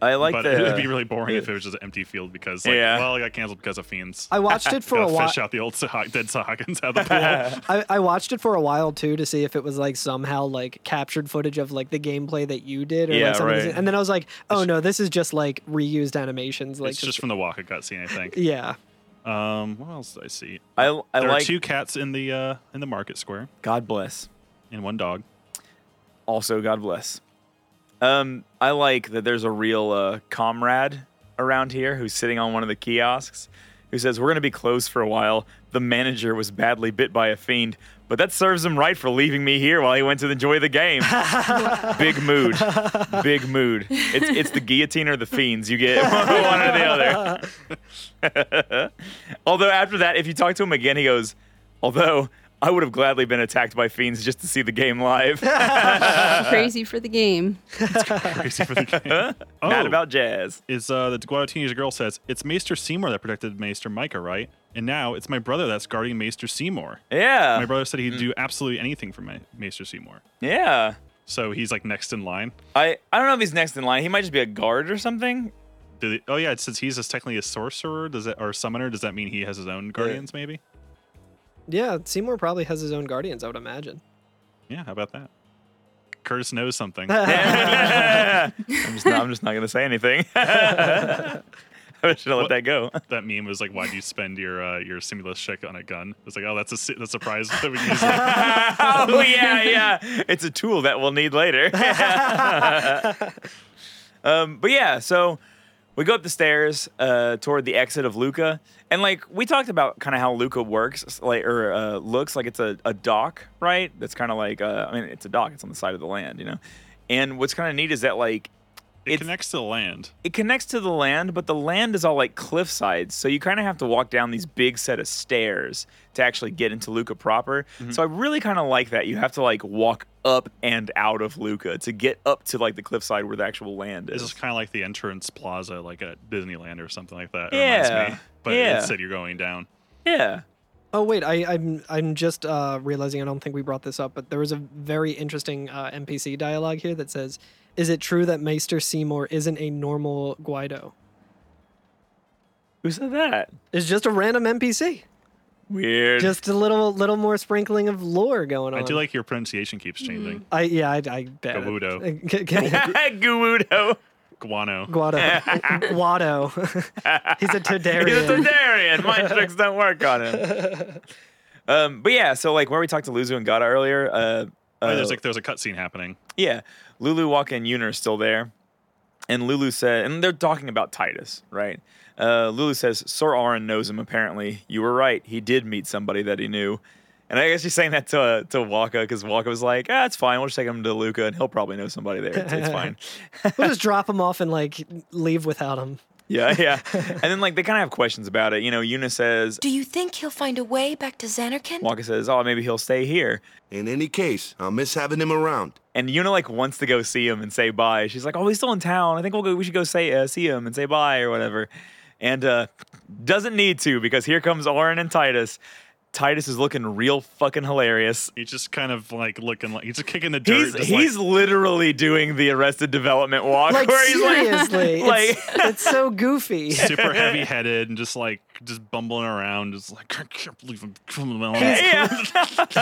S3: I like
S5: but
S3: the.
S5: it'd be really boring if it was just an empty field because, like,
S3: Yeah.
S5: well, it got canceled because of fiends.
S4: I watched it for
S5: Gotta
S4: a while.
S5: fish out the old Sah- dead Sahagins out of the pool.
S4: I, I watched it for a while too to see if it was like somehow like captured footage of like the gameplay that you did or
S3: Yeah,
S4: like something.
S3: right.
S4: And then I was like, oh no, this is just like reused animations. Like
S5: it's just from the Waka cutscene, I think.
S4: yeah.
S5: Um, what else did I see?
S3: I, I
S5: there
S3: like.
S5: are two cats in the uh, in the market square
S3: God bless.
S5: and one dog.
S3: Also, God bless. Um, I like that there's a real uh, comrade around here who's sitting on one of the kiosks who says, We're going to be closed for a while. The manager was badly bit by a fiend, but that serves him right for leaving me here while he went to enjoy the game. Big mood. Big mood. It's, it's the guillotine or the fiends. You get one or the other. Although after that, if you talk to him again, he goes, although I would have gladly been attacked by fiends just to see the game live.
S6: Crazy for the game.
S5: Crazy for the game. oh,
S3: Mad about jazz.
S5: is uh, the Guado teenage girl says it's Maester Seymour that protected Maester Micah, right? And now it's my brother that's guarding Maester Seymour.
S3: Yeah. Mm-hmm.
S5: My brother said he'd do absolutely anything for my Maester Seymour.
S3: yeah.
S5: So he's like next in line.
S3: I, I don't know if he's next in line. He might just be a guard or something.
S5: Do they- oh yeah, it says he's just technically a sorcerer. Does that or summoner? Does that mean he has his own guardians? Maybe.
S4: Yeah, Seymour probably has his own guardians, I would imagine.
S5: Yeah. How about that? Curtis knows something.
S3: I'm just not, I'm just not going to say anything. I should have let that go.
S5: that meme was like, "Why'd you spend your uh, your stimulus check on a gun?" It's like, "Oh, that's a si- that's a prize that we can
S3: oh
S5: use." it."
S3: yeah, yeah. It's a tool that we'll need later. um, but yeah, so we go up the stairs uh, toward the exit of Luca, and like we talked about, kind of how Luca works, s- like or uh, looks like it's a, a dock, right? That's kind of like uh, I mean, it's a dock. It's on the side of the land, you know. And what's kind of neat is that like
S5: It
S3: It's-
S5: connects to the land.
S3: it connects to the land, but the land is all like cliff sides. So you kind of have to walk down these big set of stairs to actually get into Luca proper.
S5: Mm-hmm.
S3: So I really kind of like that. You have to like walk up and out of Luca to get up to like the cliffside where the actual land
S5: This
S3: is.
S5: is kind of like the entrance plaza, like at Disneyland or something like that. It
S3: Yeah,
S5: Reminds me. But
S3: yeah.
S5: instead, you're going down.
S3: yeah.
S4: Oh wait, I, I'm I'm just uh, realizing I don't think we brought this up, but there was a very interesting uh, NPC dialogue here that says, "Is it true that Maester Seymour isn't a normal Guido?"
S3: Who said that?
S4: It's just a random NPC.
S3: Weird.
S4: Just a little little more sprinkling of lore going on.
S5: I do like your pronunciation keeps changing.
S4: I yeah, I, I bet. it.
S5: Guido.
S4: G- g-
S3: Guudo.
S5: Guano.
S4: Guado. Guado. He's a Todarian.
S3: He's a Tundarian. Mind tricks don't work on him. Um, but yeah, so like where we talked to Luzu and Gata earlier, uh,
S5: Oh,
S3: uh,
S5: there's like there's a cutscene happening.
S3: Yeah. Lulu, Waka, and Yuna are still there. And Lulu said, and they're talking about Titus, right? Uh, Lulu says, Sir Aaron knows him, apparently. You were right. He did meet somebody that he knew. And I guess she's saying that to, uh, to Waka because Waka was like, ah, it's fine. We'll just take him to Luca and he'll probably know somebody there. It's, it's fine.
S4: We'll just drop him off and like leave without him.
S3: yeah, yeah. And then, like, they kind of have questions about it. You know, Yuna says,
S2: Do you think he'll find a way back to Xanarkin?
S3: Waka says, oh, maybe he'll stay here.
S7: In any case, I'll miss having him around.
S3: And Yuna like wants to go see him and say bye. She's like, "Oh, he's still in town. I think we'll go. We should go say uh, see him and say bye or whatever." And uh, doesn't need to because here comes Oren and Titus. Titus is looking real fucking hilarious.
S5: He's just kind of like looking like he's just kicking the dirt.
S3: He's
S5: just
S3: he's
S5: like,
S3: literally doing the Arrested Development walk
S4: Like
S3: where he's like,
S4: seriously,
S3: like-
S4: it's, it's so goofy.
S5: super heavy headed and just like just bumbling around, just like I can't believe I'm coming along.
S3: yeah.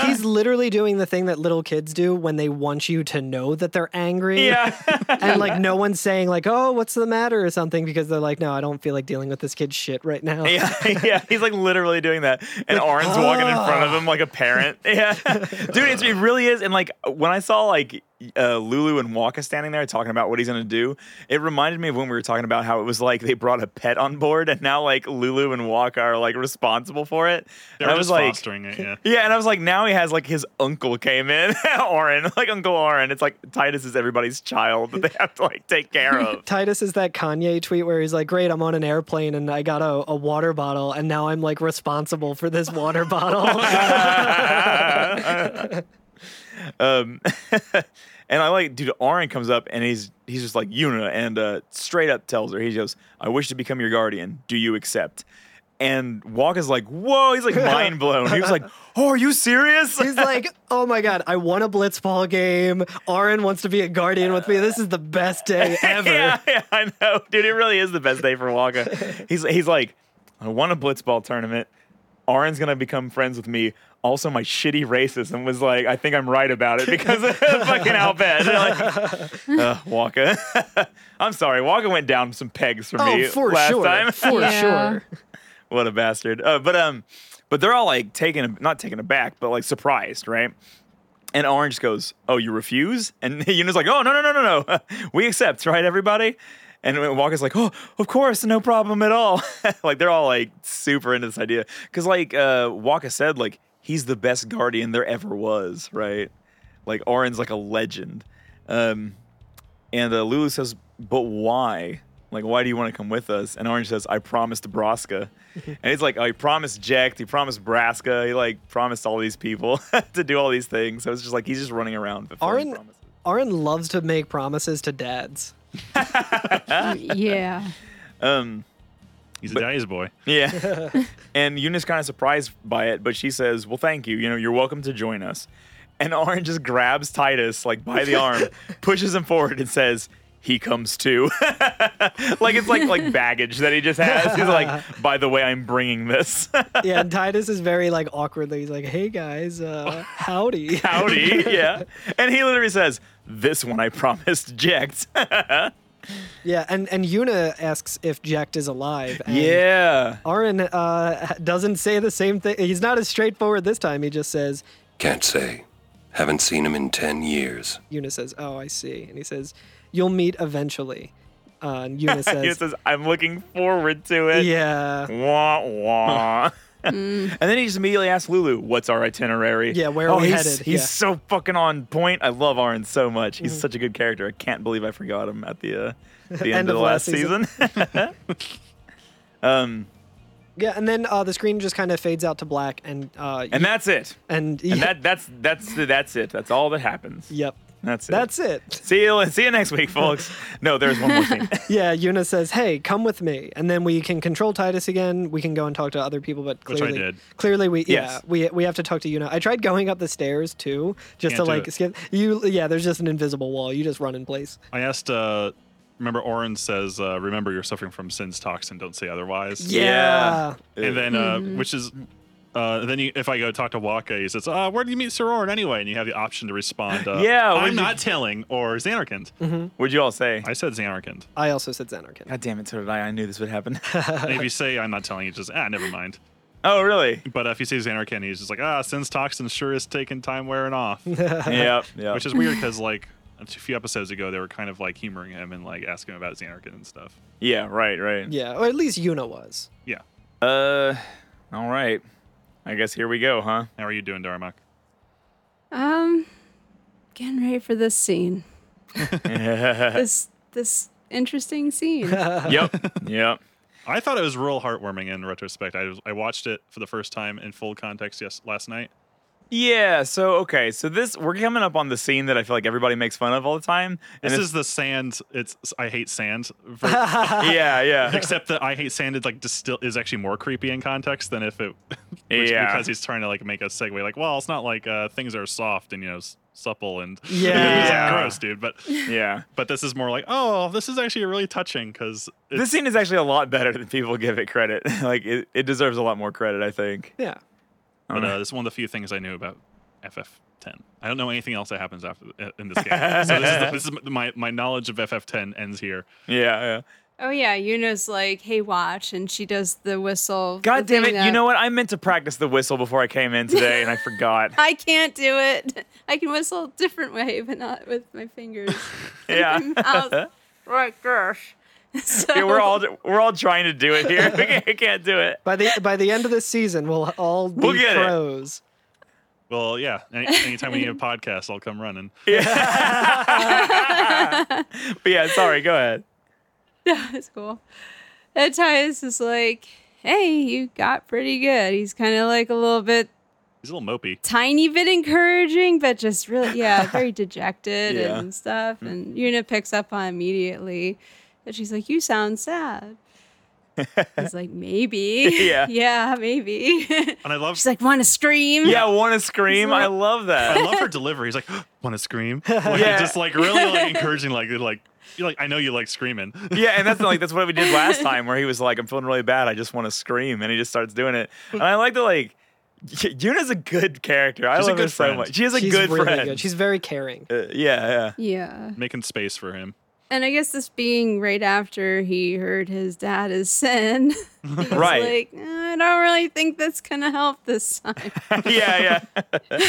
S4: He's literally doing the thing that little kids do when they want you to know that they're angry.
S3: yeah.
S4: And like no one's saying like, "Oh, what's the matter?" or something because they're like, "No, I don't feel like dealing with this kid's shit right now."
S3: Yeah, yeah, he's like literally doing that, and Oren's
S5: "Ah."
S3: walking in front of him like a parent. Yeah, dude, it's, it really is. And like when I saw like uh, Lulu and Waka standing there talking about what he's gonna do, it reminded me of when we were talking about how it was like they brought a pet on board, and now like Lulu and Waka are like responsible for it.
S5: They're
S3: and I was
S5: just
S3: like,
S5: fostering it. Yeah.
S3: yeah, and I was like, now he has like his uncle came in, Orin, like Uncle Orin. It's like Titus is everybody's child that they have to like take care of.
S4: Titus is that Kanye tweet where he's like, "Great, I'm on an airplane and I got a, a water bottle, and now I'm like responsible for this water bottle."
S3: um, and I like, dude, Orin comes up and he's he's just like Yuna, and uh, straight up tells her, he goes, "I wish to become your guardian. Do you accept?" And Waka's like, "Whoa!" He's like mind blown. He was like, "Oh, are you serious?"
S4: He's like, "Oh my god, I won a blitzball game. Aaron wants to be a guardian with me. This is the best day ever."
S3: Yeah, yeah, I know, dude. It really is the best day for Waka. he's he's like, I won a blitzball tournament. Arin's gonna become friends with me. Also, my shitty racism was like, I think I'm right about it because of fucking Albed. Like, uh, Waka, I'm sorry. Waka went down some pegs for
S4: Oh,
S3: me
S4: for
S3: last
S4: sure,
S3: time.
S4: for
S6: Yeah.
S4: sure.
S3: what a bastard. Uh, but um, but they're all like taken, not taken aback, but like surprised, right? And Orange goes, "Oh, you refuse?" And Yuna's like, "Oh, no, no, no, no, no, we accept, right, everybody?" And Walker's like, "Oh, of course, no problem at all." like they're all like super into this idea because, like, uh, Walker said, like he's the best guardian there ever was, right? Like Orin's like a legend. Um, and uh, Lulu says, "But why? Like, why do you want to come with us?" And Orange says, "I promised Braska," and he's like, "Oh, he promised Jekt, he promised Braska, he like promised all these people to do all these things." So it's just like he's just running around. fulfilling
S4: Aaron,
S3: promises.
S4: Aaron loves to make promises to dads.
S6: yeah.
S3: Um,
S5: He's a daddy's boy.
S3: yeah. and Yuna's kind of surprised by it, but she says, "Well, thank you. You know, you're welcome to join us." And Orange just grabs Titus like by the arm, pushes him forward, and says. He comes too. like it's like like baggage that he just has. He's like, by the way, I'm bringing this.
S4: Yeah, and Titus is very like awkwardly. He's like, "Hey guys, uh, howdy."
S3: Howdy, yeah. And he literally says, This one I promised Jekt.
S4: yeah, and and Yuna asks if Jekt is alive. And
S3: yeah.
S4: Aaron uh, doesn't say the same thing. He's not as straightforward this time. He just says,
S8: Can't say. Haven't seen him in 10 years.
S4: Yuna says, Oh, I see. And he says, You'll meet eventually. Uh, and Yuna
S3: He
S4: says,
S3: says, I'm looking forward to it.
S4: Yeah.
S3: Wah, wah. and then he just immediately asks Lulu, What's our itinerary?
S4: Mm. Yeah, where are
S3: oh,
S4: we
S3: he's,
S4: headed?
S3: He's
S4: Yeah. Mm-hmm.
S3: so fucking on point. I love Arn so much. He's such a good character. I can't believe I forgot him at the, uh, the end, of the last season. um,
S4: Yeah. And then uh, the screen just kind of fades out to black. And, uh,
S3: and that's it.
S4: and,
S3: And that that's that's that's it. That's all that happens.
S4: yep.
S3: That's it.
S4: That's it.
S3: See you, see you next week, folks. No, there's one more thing.
S4: Yeah, Yuna says, "Hey, come with me," and then we can control Titus again. We can go and talk to other people, but
S5: Which I
S4: clearly,
S5: did.
S4: clearly we yeah
S3: Yes.
S4: we we have to talk to Yuna. I tried going up the stairs too, just
S5: Can't
S4: to
S5: do
S4: like
S5: it.
S4: skip you. Yeah, there's just an invisible wall. You just run in place.
S5: I asked. uh Remember, Oren says, uh, "Remember, you're suffering from sin's toxin. Don't say otherwise."
S3: Yeah.
S5: and then uh, which is uh, then you, if I go talk to Waka, he says, uh, "Where do you meet Sororan anyway?" And you have the option to respond, uh,
S3: Yeah, what'd
S5: I'm
S3: you- Mm-hmm.
S5: not telling," or "Xanarkand."
S3: What'd you all say?
S5: I said "Xanarkand,"
S4: I also said Xanarkin.
S3: God damn it, so did I. I knew this would happen.
S5: and if you say "I'm not telling," it's just ah, never mind.
S3: oh, really?
S5: But uh, if you say Xanarkand, he's just like, "Ah, since toxin sure is taking time wearing off,"
S3: yep. Yep.
S5: which is weird because like a few episodes ago they were kind of like humoring him and like asking him about Xanarkand and stuff.
S3: yeah. Right. Right.
S4: Yeah, or at least Yuna was.
S5: Yeah.
S3: Uh. All right. I guess here we go, huh?
S5: How are you doing, Darmok?
S6: Um, getting ready for this scene.
S3: yep.
S6: This this interesting scene.
S3: Yep.
S5: I thought it was real heartwarming in retrospect. I was, I watched it for the first time in full context yes last night.
S3: Yeah. So okay. So this we're coming up on the scene that I feel like everybody makes fun of all the time. And
S5: This
S3: it's-
S5: is the sand. It's I hate sand. ver-
S3: yeah. Yeah.
S5: except that I hate sand is like distill is actually more creepy in context than if it. which-
S3: Yeah.
S5: Because he's trying to like make a segue. Like, well, it's not like uh, things are soft and you know s- supple and
S4: Yeah.
S5: It's, like,
S3: Yeah.
S5: gross, dude. But
S3: Yeah.
S5: but this is more like oh, this is actually really touching because
S3: This scene is actually a lot better than people give it credit. like it, it deserves a lot more credit, I think.
S4: Yeah.
S5: But
S3: Oh.
S5: uh, this is one of the few things I knew about FF10. I don't know anything else that uh, happens after in this game. so this is, the, this is my my knowledge of FF10 ends here.
S3: Yeah, yeah.
S6: Oh yeah, Yuna's like, "Hey, watch," and she does the whistle.
S3: God
S6: the
S3: damn it.
S6: thing
S3: You
S6: that-
S3: know what? I meant to practice the whistle before I came in today and I forgot.
S6: I can't do it. I can whistle a different way, but not with my fingers.
S3: Yeah.
S6: my mouth. Right, gosh. So,
S3: Yeah, we're all we're all trying to do it here. We can't, we can't do it.
S4: By the by the end of this season, we'll all be
S3: We'll get it.
S4: pros.
S5: Well, yeah. Any, anytime we need a podcast, I'll come running.
S3: But yeah, sorry. Go ahead.
S6: That's cool. And Titus is like, "Hey, you got pretty good." He's kind of like a little bit,
S5: He's a little mopey.
S6: tiny bit encouraging, but just really, yeah, very dejected
S3: Yeah. Mm.
S6: and stuff. And Yuna picks up on immediately, and she's like, "You sound sad." He's like, "Maybe,
S3: Yeah.
S6: yeah, maybe."
S5: And I love
S6: she's like, "Want to scream?"
S3: Yeah, want to scream? I love
S5: I
S3: that.
S5: love her delivery. He's like, want to scream? Like,
S3: Yeah.
S5: Just like really like encouraging, like like you're like I know you like screaming.
S3: Yeah, and that's like that's what we did last time, where he was like, "I'm feeling really bad. I just want to scream," and he just starts doing it. And I like the like. Y- Yuna's a good character. I
S5: She's a
S3: love her
S5: good
S3: so
S5: friend.
S3: much. She is a
S4: She's
S3: good
S4: really
S3: friend.
S4: good. She's very caring.
S3: Uh, yeah, yeah.
S6: yeah.
S5: Making space for him.
S6: And I guess this being right after he heard his dad is sin, he's
S3: Right.
S6: like, "Uh, I don't really think that's gonna help this time.
S3: yeah, yeah.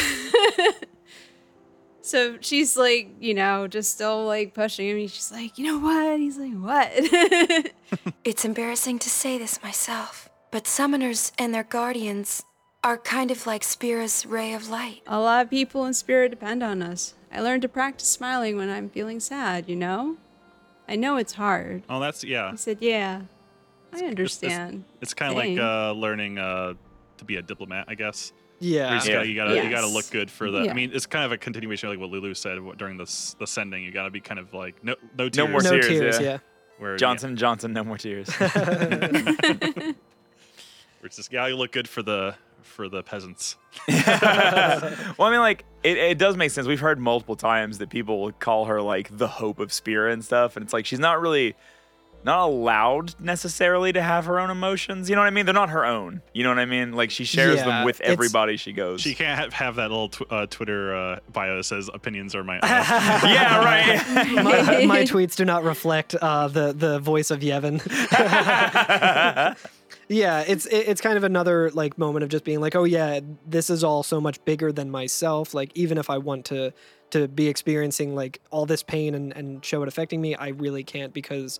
S6: so she's like, you know, just still like pushing him. She's like, you know what? He's like, what?
S2: It's embarrassing to say this myself, but summoners and their guardians are kind of like Spira's ray of light.
S6: A lot of people in spirit depend on us. I learned to practice smiling when I'm feeling sad. You know, I know it's hard.
S5: Oh, that's yeah.
S6: I said, yeah,
S5: It's-
S6: I
S5: it's-
S6: understand.
S5: It's, kind of like
S6: Dang.
S5: uh, learning uh, to be a diplomat, I guess. You
S4: Yeah.
S5: just gotta, you gotta you gotta
S6: Yes.
S5: look good for the. I
S6: Yeah.
S5: mean, it's kind of a continuation of like what Lulu said what- during the s- the sending. You gotta be kind of like no no tears.
S3: more
S4: no
S3: serious,
S4: tears,
S3: yeah.
S4: yeah.
S5: Where, yeah,
S3: Johnson, Johnson, no more tears.
S5: where it's just gotta look good for the for the peasants.
S3: Well, I mean, like it, it does make sense. We've heard multiple times that people will call her like the hope of Spira and stuff, and it's like she's not really not allowed necessarily to have her own emotions. You know what I mean? They're not her own. You know what I mean? Like she shares
S4: Yeah,
S3: them with
S4: it's-
S3: everybody she goes.
S5: She can't have, have that little tw- uh, Twitter uh, bio that says opinions are my own.
S3: yeah, right.
S4: My, my tweets do not reflect uh, the the voice of Yevon. yeah, it's it, it's kind of another like moment of just being like, oh yeah, this is all so much bigger than myself. Like even if I want to to be experiencing like all this pain and and show it affecting me, I really can't because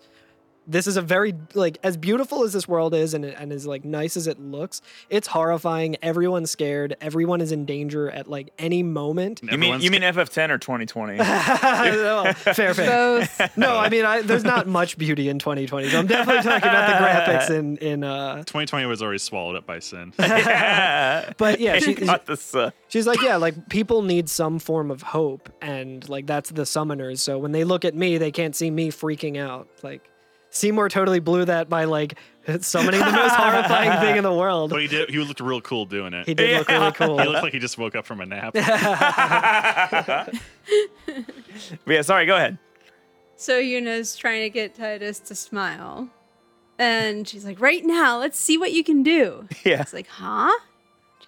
S4: this is a very like as beautiful as this world is and and as like nice as it looks, it's horrifying. Everyone's scared. Everyone is in danger at like any moment.
S3: you mean
S5: Everyone's
S3: you mean FF10 or 2020?
S4: No, fair, fair.
S6: Both.
S4: No, I mean, I, there's not much beauty in 2020. So I'm definitely talking about the graphics in in. Uh,
S5: 2020 was already swallowed up by sin.
S4: but yeah, she,
S3: Not the sun.
S4: she's like, yeah, like people need some form of hope, and like that's the summoners. So when they look at me, they can't see me freaking out. Like Seymour totally blew that by like summoning the most horrifying thing in the world.
S5: but he did. He looked real cool doing it.
S4: He did look really
S5: He
S4: cool.
S5: looked like he just woke up from a nap.
S3: But yeah, sorry. Go ahead.
S6: So Yuna's trying to get Titus to smile. And she's like, right now, let's see what you can do.
S3: Yeah.
S6: It's like, huh?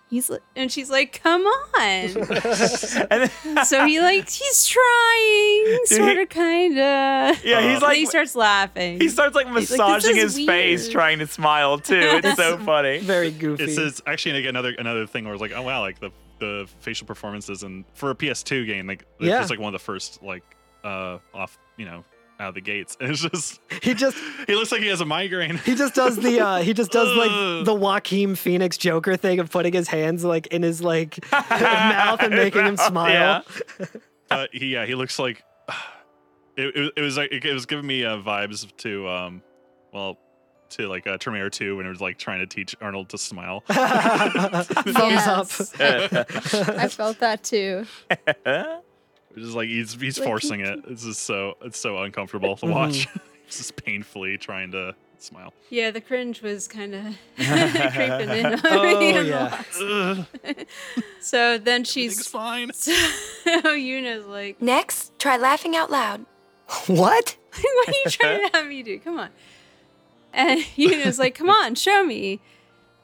S6: He's li- and she's like, come on.
S3: And then-
S6: so he like he's trying,
S3: Dude,
S6: sort
S3: he-
S6: of, kinda.
S3: yeah, he's
S6: And then
S3: like
S6: he starts laughing.
S3: he starts like
S6: this
S3: massaging
S6: is
S3: his face,
S6: weird.
S3: trying to smile too. It's so funny.
S4: Very goofy.
S5: It says actually like, another another thing where it's like, oh wow, like the the facial performances and for a PS2 game, like
S4: Yeah.
S5: it's like one of the first like uh off you know out of the gates, and it's just
S4: he just
S5: he looks like he has a migraine.
S4: He just does the uh he just does like
S5: Ugh.
S4: the Joaquin Phoenix Joker thing of putting his hands like in his like mouth and making him smile.
S5: uh, he yeah, he looks like it, it, it was like it, was giving me uh, vibes to um well to like uh, Terminator 2 when it was like trying to teach Arnold to smile.
S4: Thumbs up. Oh,
S6: I felt that too.
S5: It's just like he's he's
S6: Like,
S5: forcing
S6: he- Mm-hmm.
S5: it. It's just so it's so uncomfortable to watch. it's just painfully trying to smile.
S6: Yeah, the cringe was kinda creeping in on me.
S4: Oh,
S6: a
S4: yeah.
S6: lot.
S5: Ugh,
S6: So then
S5: it's
S6: she's
S5: fine.
S6: so Yuna's like,
S2: Next, try laughing out loud.
S1: What?
S6: what are you trying to have me do? Come on. And Yuna's like, come on, show me.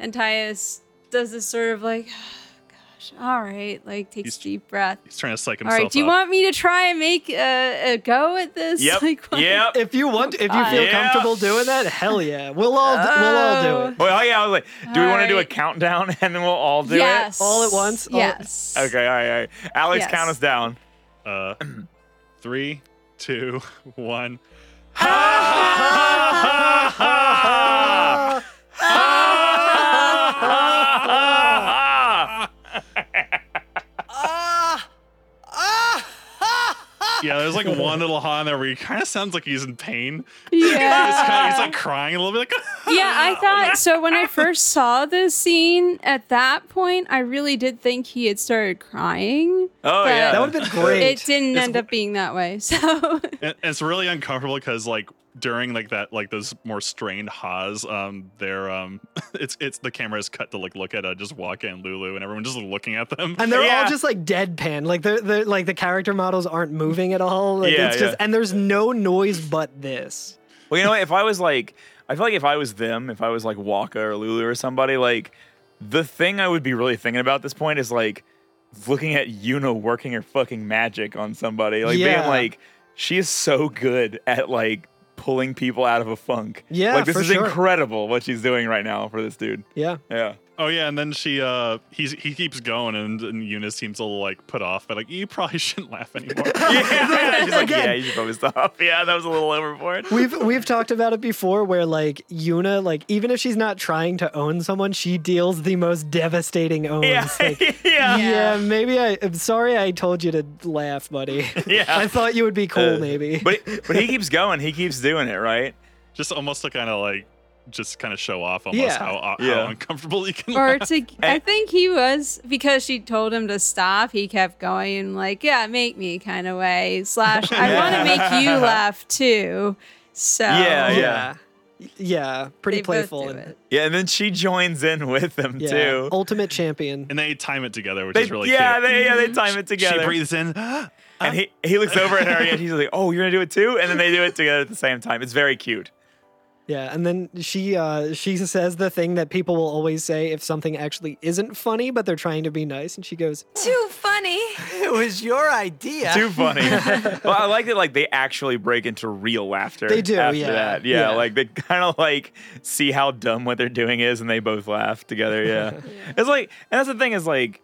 S6: And Tyus does this sort of like, gosh, gosh. All right. Like takes
S5: He's-
S6: a deep breath.
S5: He's trying to psych
S6: All
S5: himself
S6: right. Do you
S5: up.
S6: want me to try and make a, a go at this?
S3: Yep.
S6: Like, what-
S3: yep.
S4: If you want, if you feel
S3: Yeah.
S4: comfortable doing that, hell yeah, we'll all we'll all do it.
S3: Well, Oh, yeah, I was like, do we
S6: All
S3: want to do a
S6: right.
S3: countdown and then we'll all do
S6: yes.
S4: All at once? All-
S6: yes.
S3: it? Okay, all right, all right. Alex,
S6: Yes.
S3: count us down.
S5: Uh, three, two, one.
S1: Ah! Ah! Ah! Ah!
S5: Yeah, there's like one little ha in there where he kind of sounds like he's in pain. He's,
S6: Yeah.
S5: kinda, he's like "Oh, crying a little bit. Like,
S6: yeah, I thought so. When I first saw this scene at that point, I really did think he had started crying.
S3: Oh,
S6: But
S3: yeah.
S4: That would have been great.
S6: It didn't end up being that way. So
S5: and it's really uncomfortable because like during like that like those more strained ha's, um, they're um, it's it's the camera is cut to like look at uh, just Waka and Lulu and everyone just looking at them.
S4: and they're
S3: Yeah.
S4: all just like deadpan. Like they're, they're like the character models aren't moving at all. Like
S3: Yeah,
S4: it's just
S3: yeah.
S4: and there's no noise but this.
S3: Well, you know, what? if I was like, I feel like if I was them, if I was like Waka or Lulu or somebody, like the thing I would be really thinking about at this point is like looking at Yuna working her fucking magic on somebody, like
S4: Yeah.
S3: being like, she is so good at like pulling people out of a funk.
S4: Yeah,
S3: like this
S4: for
S3: is
S4: sure.
S3: incredible what she's doing right now for this dude.
S4: Yeah.
S3: Yeah.
S5: Oh yeah, and then she uh he's he keeps going and, and Eunice seems a little like put off, but like you probably shouldn't laugh anymore.
S3: Yeah, she's like,
S4: Again.
S3: yeah, you should probably stop. Yeah, that was a little overboard.
S4: We've we've talked about it before where like Yuna, like even if she's not trying to own someone, she deals the most devastating owns.
S3: yeah,
S4: Like,
S3: yeah,
S4: yeah, maybe I I'm sorry I told you to laugh, buddy.
S3: yeah.
S4: I thought you would be cool,
S3: Uh,
S4: maybe.
S3: but but he keeps going. He keeps doing it, right?
S5: just almost to kind of like just kind of show off almost
S4: Yeah.
S5: how, uh,
S3: Yeah.
S5: how uncomfortable you can
S6: or
S5: laugh.
S6: to I think he was because she told him to stop, he kept going and like, yeah, make me kind of way. Slash I wanna make you laugh too. So
S3: uh, Yeah, yeah.
S4: Yeah,
S6: they
S4: pretty
S6: both
S4: playful.
S6: do
S4: and-
S6: it.
S3: Yeah, and then she joins in with them
S4: yeah,
S3: too.
S4: ultimate champion.
S5: and they time it together, which
S3: They,
S5: Oh, is really
S3: yeah,
S5: cute.
S3: they yeah they time it together.
S5: She breathes in, and
S3: and he he looks over at her and he's like, "Oh, you're gonna do it too?" And then they do it together at the same time. It's very cute.
S4: Yeah, and then she uh, she says the thing that people will always say if something actually isn't funny, but they're trying to be nice, and she goes,
S2: Too funny.
S1: It was your idea.
S3: Too funny. well, I like that. Like they actually break into real laughter.
S4: They do,
S3: After
S4: yeah,
S3: that,
S4: yeah.
S3: yeah, Like they kind of like see how dumb what they're doing is, and they both laugh together. Yeah, it's like, and that's the thing is like.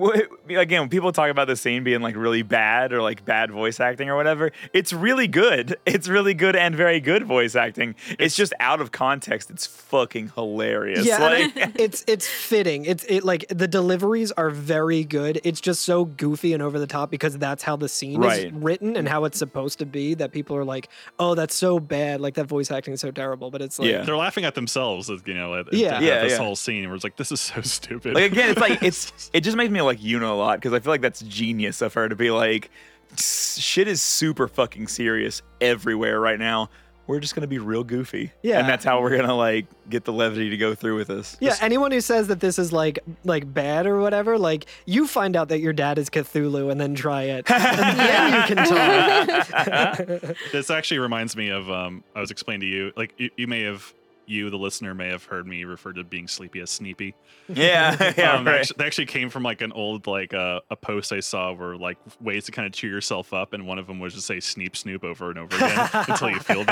S3: wh- Again, when people talk about the scene being like really bad or like bad voice acting or whatever, it's really good. It's really good and very good voice acting. It's, just out of context. It's fucking hilarious.
S4: "Yeah,
S3: like,
S4: and I- it's it's fitting. It's it like the deliveries are very good. It's just so goofy and over the top because that's how the scene
S3: Right.
S4: is written and how it's supposed to be. That people are like, oh, that's so bad. Like that voice acting is so terrible. But it's like,
S3: Yeah.
S5: they're laughing at themselves. You know, at,
S4: Yeah.
S5: at
S3: Yeah,
S5: this
S3: yeah.
S5: whole scene where it's like, this is so stupid.
S3: Like again, it's like it's it just makes me like Yuna a lot because I feel like that's genius of her to be like, "S- shit is super fucking serious everywhere right now. We're just gonna be real goofy,
S4: Yeah.
S3: and that's how we're gonna like get the levity to go through with this.
S4: Yeah, anyone who says that this is like like bad or whatever, like you find out that your dad is Cthulhu and then try it. And then you can talk.
S5: this actually reminds me of um I was explaining to you like you, you may have you the listener may have heard me refer to being sleepy as sneepy.
S3: yeah, yeah,
S5: um,
S3: right.
S5: that, actually, that actually came from like an old like uh, a post I saw where like ways to kind of cheer yourself up, and one of them was just say sneep snoop over and over again until you feel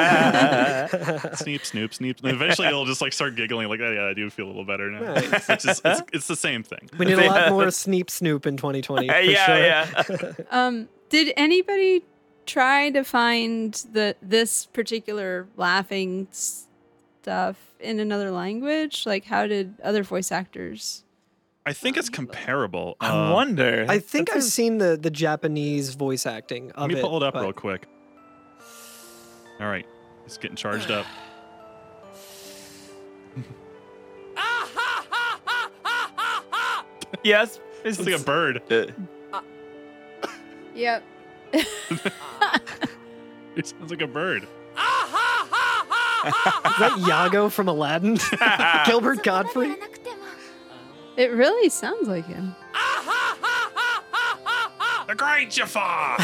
S5: better. sneep snoop sneep. And eventually you'll just like start giggling like, oh, yeah, I do feel a little better now.
S4: Nice.
S5: It's, just, it's, it's the same thing.
S4: We need a lot more sneep snoop in 2020. for
S3: Uh, yeah,
S4: sure.
S3: yeah.
S6: Um did anybody try to find the this particular laughing stuff in another language? Like how did other voice actors
S5: I think it's comparable.
S3: I
S5: Uh,
S3: wonder.
S4: I think I've seen the the Japanese voice acting of
S5: Let me
S4: it.
S5: pull it up
S4: but-
S5: real quick. All right, it's getting charged up.
S3: yes,
S5: It's like a bird.
S3: Uh,
S6: Yep.
S5: It sounds like a bird.
S4: Is that Yago from Aladdin? Gilbert Godfrey?
S6: It really sounds like him.
S5: The Great Jafar!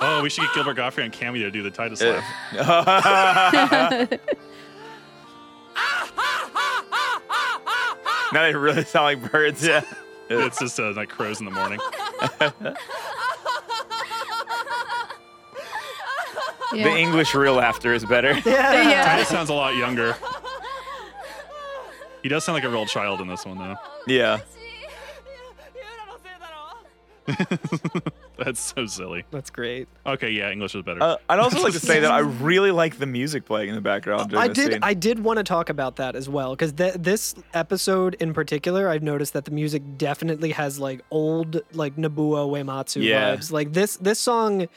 S5: oh, we should get Gilbert Godfrey on Cameo to do the Titus laugh.
S6: yeah,
S3: now they really sound like birds. Yeah.
S5: It's just uh, like crows in the morning.
S3: The
S6: Yeah.
S3: English real laughter is better.
S5: Ty
S6: yeah.
S5: sounds a lot younger. He does sound like a real child in this one, though.
S3: yeah.
S5: That's so silly.
S4: That's great.
S5: Okay, yeah, English is better.
S3: Uh, I'd also like to say that I really like the music playing in the background. During
S4: I
S3: this
S4: did.
S3: Scene.
S4: I did want to talk about that as well because th- this episode in particular, I've noticed that the music definitely has like old like Nobuo Uematsu
S3: Yeah.
S4: vibes. Like this this song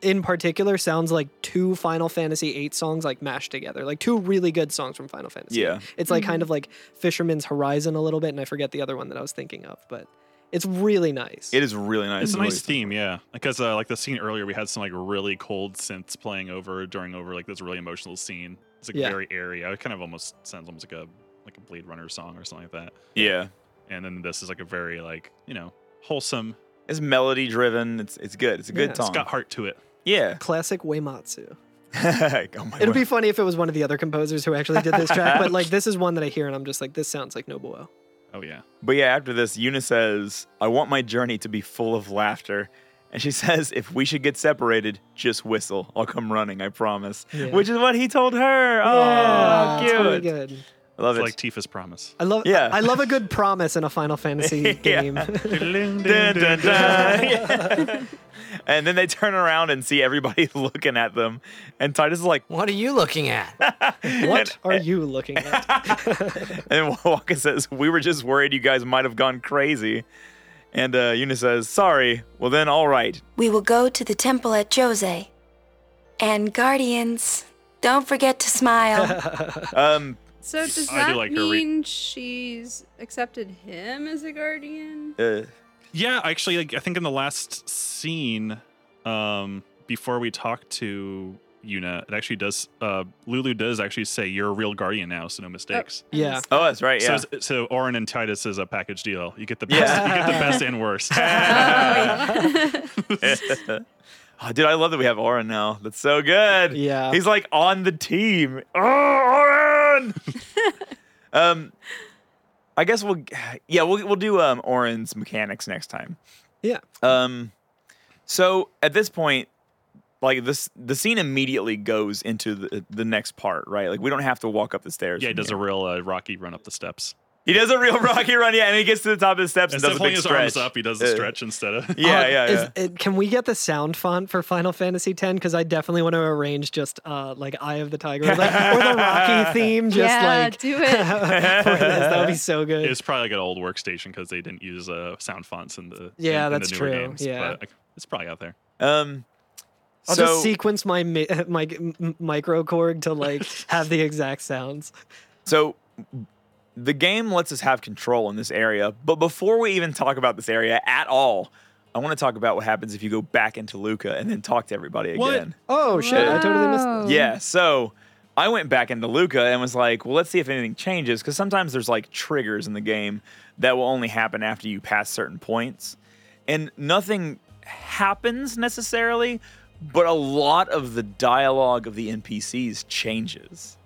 S4: in particular sounds like two Final Fantasy VIII songs like mashed together, like two really good songs from Final Fantasy.
S3: Yeah.
S4: it's like kind of like Fisherman's Horizon a little bit, and I forget the other one that I was thinking of, but it's really nice.
S3: It is really nice.
S5: it's a
S3: and
S5: nice
S3: really-
S5: theme, yeah. Because uh, like the scene earlier, we had some like really cold synths playing over during over like this really emotional scene. It's like
S4: Yeah.
S5: very airy. It kind of almost sounds almost like a like a Blade Runner song or something like that.
S3: Yeah.
S5: And then this is like a very like you know wholesome.
S3: It's melody driven. It's it's good. It's a good
S4: Yeah. It's
S3: song.
S5: It's got heart to it.
S3: yeah.
S4: Classic Wematsu.
S3: oh my
S4: It'd
S3: word.
S4: be funny if it was one of the other composers who actually did this track, but like this is one that I hear and I'm just like, this sounds like Nobuo.
S5: Oh yeah.
S3: But yeah, after this, Una says, I want my journey to be full of laughter. And she says, if we should get separated, just whistle. I'll come running, I promise.
S4: Yeah.
S3: Which is what he told her.
S4: Yeah,
S3: Oh,
S4: it's really
S3: cute.
S4: good.
S3: I love
S5: It's
S3: it.
S5: like Tifa's promise.
S4: I love.
S3: Yeah.
S4: I love a good promise in a Final Fantasy game.
S3: Dun, dun, dun. Yeah. and then they turn around and see everybody looking at them. And Titus is like,
S1: What are you looking at?
S4: what are you looking at?
S3: and then Walker says, we were just worried you guys might have gone crazy. And uh, Una says, sorry. Well, then, all right.
S2: We will go to the temple at Jose. And guardians, don't forget to smile.
S3: Um,
S6: So does
S5: I do
S6: that
S5: like her re-
S6: mean she's accepted him as a guardian?
S3: uh,
S5: Yeah, actually, like, I think in the last scene, um, before we talk to Yuna, it actually does. Uh, Lulu does actually say, "You're a real guardian now, so no mistakes."
S4: yeah.
S3: oh, that's right. Yeah.
S5: So, so Orin and Titus is a package deal. You get the
S3: Yeah.
S5: best, you get the best and worst.
S3: Oh, dude, I love that we have Oren now. That's so good.
S4: Yeah.
S3: He's like on the team. Oh, Oren! um, I guess we'll, yeah, we'll, we'll do um, Oren's mechanics next time.
S4: Yeah.
S3: Um, so at this point, like this, the scene immediately goes into the, the next part, right? Like we don't have to walk up the stairs.
S5: yeah, he
S3: from
S5: does a
S3: here.
S5: real uh, Rocky run up the steps.
S3: he does a real Rocky run, yeah, and he gets to the top of the steps and
S5: Instead
S3: does
S5: of
S3: a
S5: holding
S3: big
S5: his
S3: stretch.
S5: arms up, he does a
S3: Uh,
S5: stretch instead of.
S3: Yeah,
S4: Uh,
S3: yeah,
S4: is-
S3: yeah.
S4: it- can we get the sound font for Final Fantasy X? Because I definitely want to arrange just uh, like Eye of the Tiger or the, or the Rocky theme, just
S6: yeah,
S4: like
S6: do it.
S4: for this. That would be so
S5: It
S4: good.
S5: was probably like an old workstation because they didn't use uh, sound fonts in the
S4: Yeah,
S5: in, in
S4: that's
S5: the newer
S4: true.
S5: Games,
S4: Yeah.
S5: but like, it's probably out there.
S3: Um,
S4: I'll
S3: so,
S4: just sequence my mi- my m- microchord to like have the exact sounds.
S3: So the game lets us have control in this area, but before we even talk about this area at all, I want to talk about what happens if you go back into Luca and then talk to everybody
S5: What?
S3: again.
S4: Oh shit! I totally missed.
S6: Wow.
S3: Yeah, so I went back into Luca and was like, well, let's see if anything changes because sometimes there's like triggers in the game that will only happen after you pass certain points. And nothing happens necessarily, but a lot of the dialogue of the NPCs changes.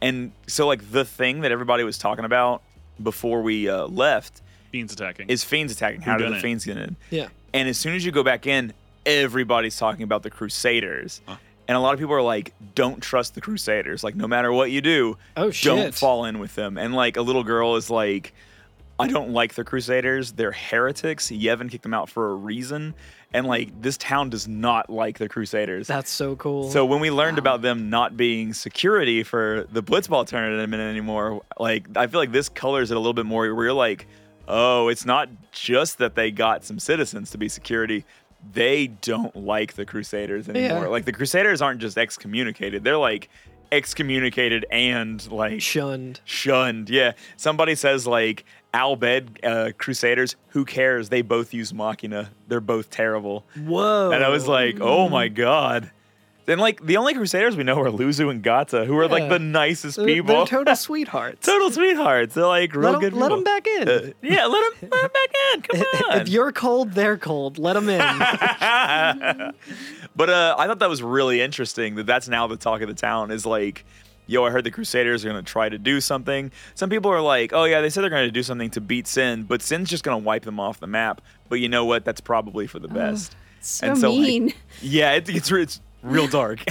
S3: And so, like, the thing that everybody was talking about before we uh, left
S5: Beans attacking.
S3: is Fiends attacking. How did the
S5: Whodunit.
S3: Fiends get in?
S4: Yeah.
S3: And as soon as you go back in, everybody's talking about the Crusaders. And a lot of people are like, don't trust the Crusaders. Like, no matter what you do,
S4: Oh,
S3: don't
S4: shit.
S3: fall in with them. And like, a little girl is like, I don't like the Crusaders. They're heretics. Yevon kicked them out for a reason. And like, this town does not like the Crusaders.
S4: That's so cool.
S3: So when we learned about them not being security for the Blitzball tournament anymore, like I feel like this colors it a little bit more. Where you're like, oh, it's not just that they got some citizens to be security; they don't like the Crusaders anymore.
S4: Yeah.
S3: Like the Crusaders aren't just excommunicated; they're like excommunicated and like
S4: shunned.
S3: shunned. Yeah, somebody says like Albed uh, Crusaders. Who cares? They both use Machina. They're both terrible.
S4: Whoa.
S3: And I was like, oh my God. And like the only Crusaders we know are Luzu and Gata, who are like
S4: Yeah.
S3: the nicest
S4: They're-
S3: people.
S4: They're total Uh, sweethearts.
S3: total sweethearts. They're like real
S4: let, 'em-
S3: good
S4: let
S3: people.
S4: 'em back in.
S3: Uh, yeah, let them back in. Come on.
S4: if you're cold, they're cold. Let them in.
S3: but uh, I thought that was really interesting that that's now the talk of the town is like yo, I heard the Crusaders are going to try to do something. Some people are like, oh, yeah, they said they're going to do something to beat Sin, but Sin's just going to wipe them off the map. But you know what? That's probably for the
S4: Oh.
S3: best.
S6: So,
S3: And so, like,
S6: mean.
S3: Yeah, it, it's, re- it's real dark.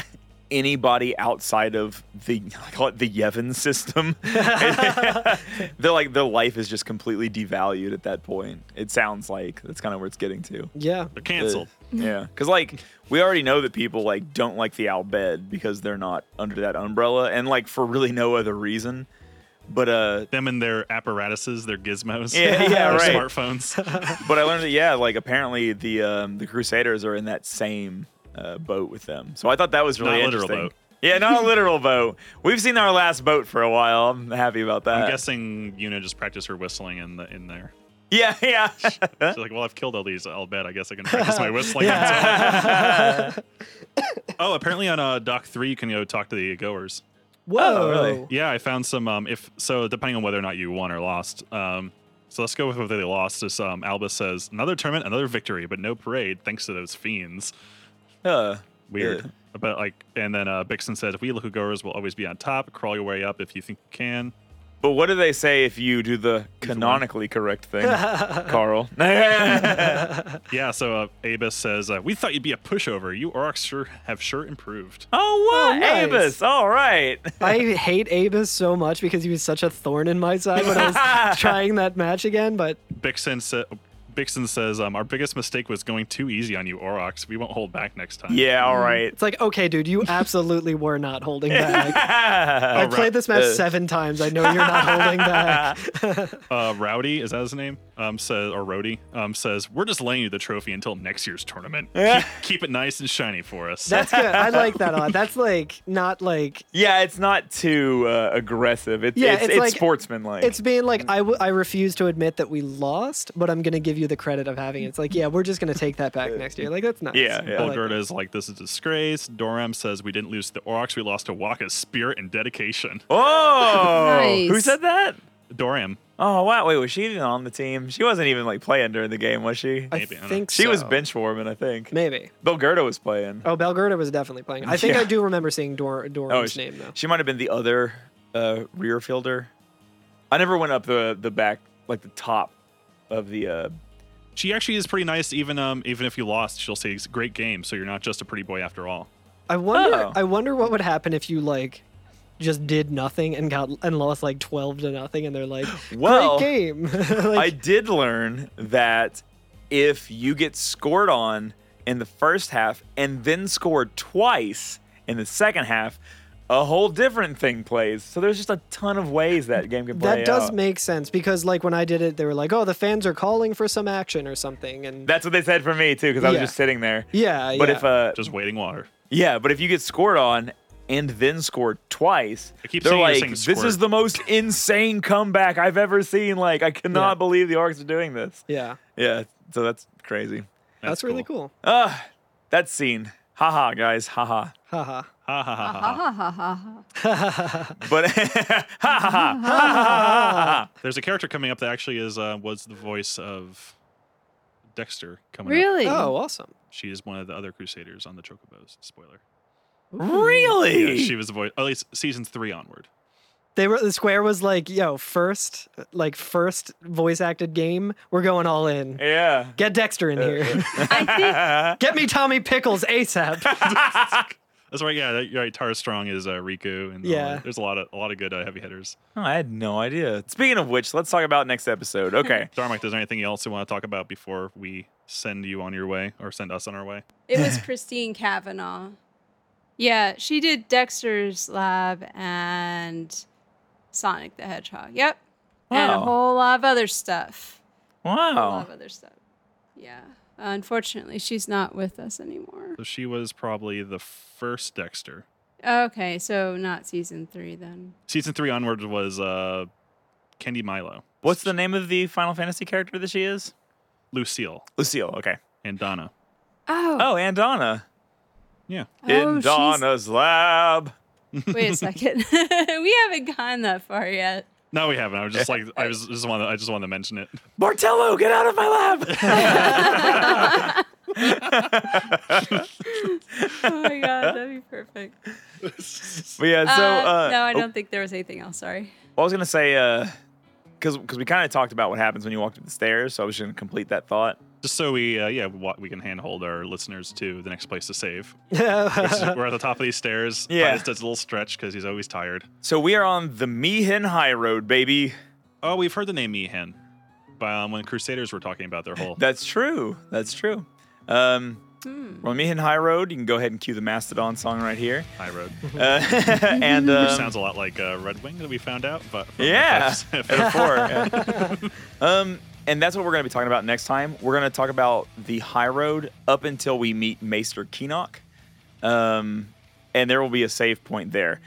S3: Anybody outside of the I call it the Yevon system, they're like their life is just completely devalued at that point. It sounds like that's kind of where it's getting to.
S4: Yeah.
S5: They're canceled.
S3: Yeah, because like we already know that people like don't like the owl bed because they're not under that umbrella, and like for really no other reason. But uh,
S5: Them and their apparatuses, their gizmos,
S3: Yeah, yeah,
S5: their
S3: right.
S5: smartphones.
S3: but I learned that yeah, like apparently the um, the Crusaders are in that same uh, boat with them. So I thought that was really
S5: Not a literal
S3: interesting.
S5: boat.
S3: Yeah, not a literal boat. We've seen our last boat for a while. I'm happy about that.
S5: I'm guessing Yuna just practiced her whistling in the in there.
S3: Yeah, yeah.
S5: She's like, well, I've killed all these. I'll bet. I guess I can practice my whistling. oh, apparently on uh, Doc Three, you can go talk to the goers.
S4: Whoa.
S3: Oh, really?
S5: Yeah, I found some. Um, if so, depending on whether or not you won or lost. Um, so let's go with whether they lost. Is um, Alba says another tournament, another victory, but no parade, thanks to those fiends.
S3: Uh,
S5: Weird.
S3: yeah.
S5: But like, and then uh, Bixen says, "We look goers will always be on top. Crawl your way up if you think you can."
S3: But what do they say if you do the canonically correct thing, Carl? Oh, yeah,
S5: Yeah. So uh, Abus says, uh, "We thought you'd be a pushover. You orcs sure have sure improved."
S3: Oh, what?
S4: nice.
S3: Abus. All right.
S4: I hate Abus so much because he was such a thorn in my side when I was trying that match again, but
S5: Bixen sa- Bixen says, um, "Our biggest mistake was going too easy on you, Aurochs. We won't hold back next time."
S3: Yeah, all right.
S4: it's like, okay, dude, you absolutely were not holding back. I
S3: All right.
S4: played this match
S3: Uh.
S4: seven times. I know you're not holding back.
S5: Uh, Rowdy is that his name? Um, says or Rody um, says, "We're just laying you the trophy until next year's tournament. keep, keep it nice and shiny for us."
S4: That's good. I like that a lot. That's like not like
S3: Yeah, it's not too uh, aggressive. It's,
S4: Yeah,
S3: it's,
S4: it's
S3: it's
S4: like-
S3: sportsmanlike.
S4: it's being
S3: mm.
S4: like I, w- I refuse to admit that we lost, but I'm gonna give you the credit of having it. It's like yeah, we're just gonna take that back next year. Like that's nice.
S3: Yeah,
S4: I
S3: yeah.
S4: like
S5: Bulgarda is like, "This is a disgrace." Doram says, "We didn't lose to the Aurochs. We lost to Waka's spirit and dedication."
S3: oh, who
S6: Nice.
S3: said that?
S5: Doram,
S3: Oh wow! Wait, was she even on the team? She wasn't even like playing during the game, was she?
S4: that. I
S5: Maybe, I don't
S4: think
S3: she was
S4: so.
S3: bench warming, I think.
S4: Maybe.
S3: Belgurda was playing.
S4: Oh, Belgurda was definitely playing. I think
S3: Yeah. Oh,
S4: I do remember seeing Dor- Doran's
S3: she,
S4: name though.
S3: she might have been the other uh, rear fielder. I never went up the the back like the top of the. Uh,
S5: she actually is pretty nice. Even um, even if you lost, she'll say, "It's a "Great game." So you're not just a pretty boy after all.
S4: I wonder.
S3: Oh.
S4: I wonder what would happen if you like just did nothing and got and lost like twelve to nothing, and they're like,
S3: Well,
S4: "Great game."
S3: I
S4: like,
S3: did learn that if you get scored on in the first half and then scored twice in the second half, a whole different thing plays. So there's just a ton of ways that game can play.
S4: that does
S3: out.
S4: make sense because like when I did it, they were like, "Oh, the fans are calling for some action or something," and
S3: That's what they said for me too, because I was
S4: Yeah.
S3: just sitting there.
S4: yeah,
S3: But
S4: yeah.
S3: if uh,
S5: Just waiting water.
S3: yeah, but if you get scored on and then scored twice,
S5: I keep
S3: they're
S5: seeing you
S3: like,
S5: saying
S3: "This is
S5: scored."
S3: the most insane comeback I've ever seen. Like, I cannot
S4: Yeah.
S3: believe the orcs are doing this."
S4: yeah,
S3: Yeah, so that's crazy.
S4: that's, really cool.
S3: Ah, that scene. Haha, guys. Haha.
S4: Haha.
S5: Ha ha ha ha.
S4: Uh-huh.
S5: ha.
S6: Ha ha ha ha.
S3: But ha ha ha ha.
S5: There's a character coming up that actually is uh, was the voice of Dexter coming up.
S6: Really?
S4: Oh, awesome.
S5: She is one of the other Crusaders on the Chocobos. Spoiler. Yeah,
S3: Really?
S5: she was the voice. At least season three onward.
S4: They were the square was like, "Yo, first like first voice acted game, we're going all in.
S3: yeah.
S4: Get Dexter in here.
S6: I think
S4: Get me Tommy Pickles ASAP."
S5: That's right. Yeah, that, you're right. Tara Strong is uh, Riku, and all
S4: Yeah.
S5: that. there's a lot of a lot of good uh, heavy hitters.
S3: Oh, I had no idea. Speaking of which, let's talk about next episode. Okay.
S5: Darmok, there's anything else you want to talk about before we send you on your way or send us on our way?
S6: It was Christine Kavanaugh. Yeah, she did Dexter's Lab and Sonic the Hedgehog. Yep. And a
S3: Wow.
S6: whole lot of other stuff. A lot
S3: Wow.
S6: of other stuff. Yeah. Unfortunately, she's not with us anymore.
S5: So she was probably the first Dexter.
S6: Okay, so not season three then.
S5: Season three onward was uh, Kendi Milo,
S3: What's the name of the Final Fantasy character that she is?
S5: Lucille,
S3: Lucille. Okay.
S5: and Donna.
S6: Oh,
S3: Oh, and Donna.
S5: Yeah.
S3: In
S6: she's-
S3: Donna's lab.
S6: Wait a second. we haven't gone that far yet.
S5: No, we haven't. I was just like, I was just want, I just wanted to mention it.
S3: Martello, get out of my lab.
S6: Oh my god, that'd be perfect.
S3: But yeah, so uh,
S6: no, I
S3: oh,
S6: don't think there was anything else. Sorry.
S3: I was gonna say, because because we kind of talked about what happens when you walk up the stairs, so I was just gonna complete that thought.
S5: Just so we, uh, yeah, wa- we can handhold our listeners to the next place to save.
S4: Yeah.
S5: This is- We're at the top of these stairs.
S3: Yeah.
S5: Titus does a little stretch because he's always tired.
S3: So we are on the Meehan High Road, baby.
S5: Oh, we've heard the name Meehan. Um, when Crusaders were talking about their whole
S3: That's true. That's true. Um,
S6: Hmm.
S3: we're on Meehan High Road. You can go ahead and cue the Mastodon song right here.
S5: high road,
S3: Uh, and um,
S5: sounds a lot like uh, Red Wing that we found out. But from
S3: Yeah.
S5: the clips.
S3: Before, yeah. um, and that's what we're going to be talking about next time. We're going to talk about the high road up until we meet Maester Keenock. Um, and there will be a save point there.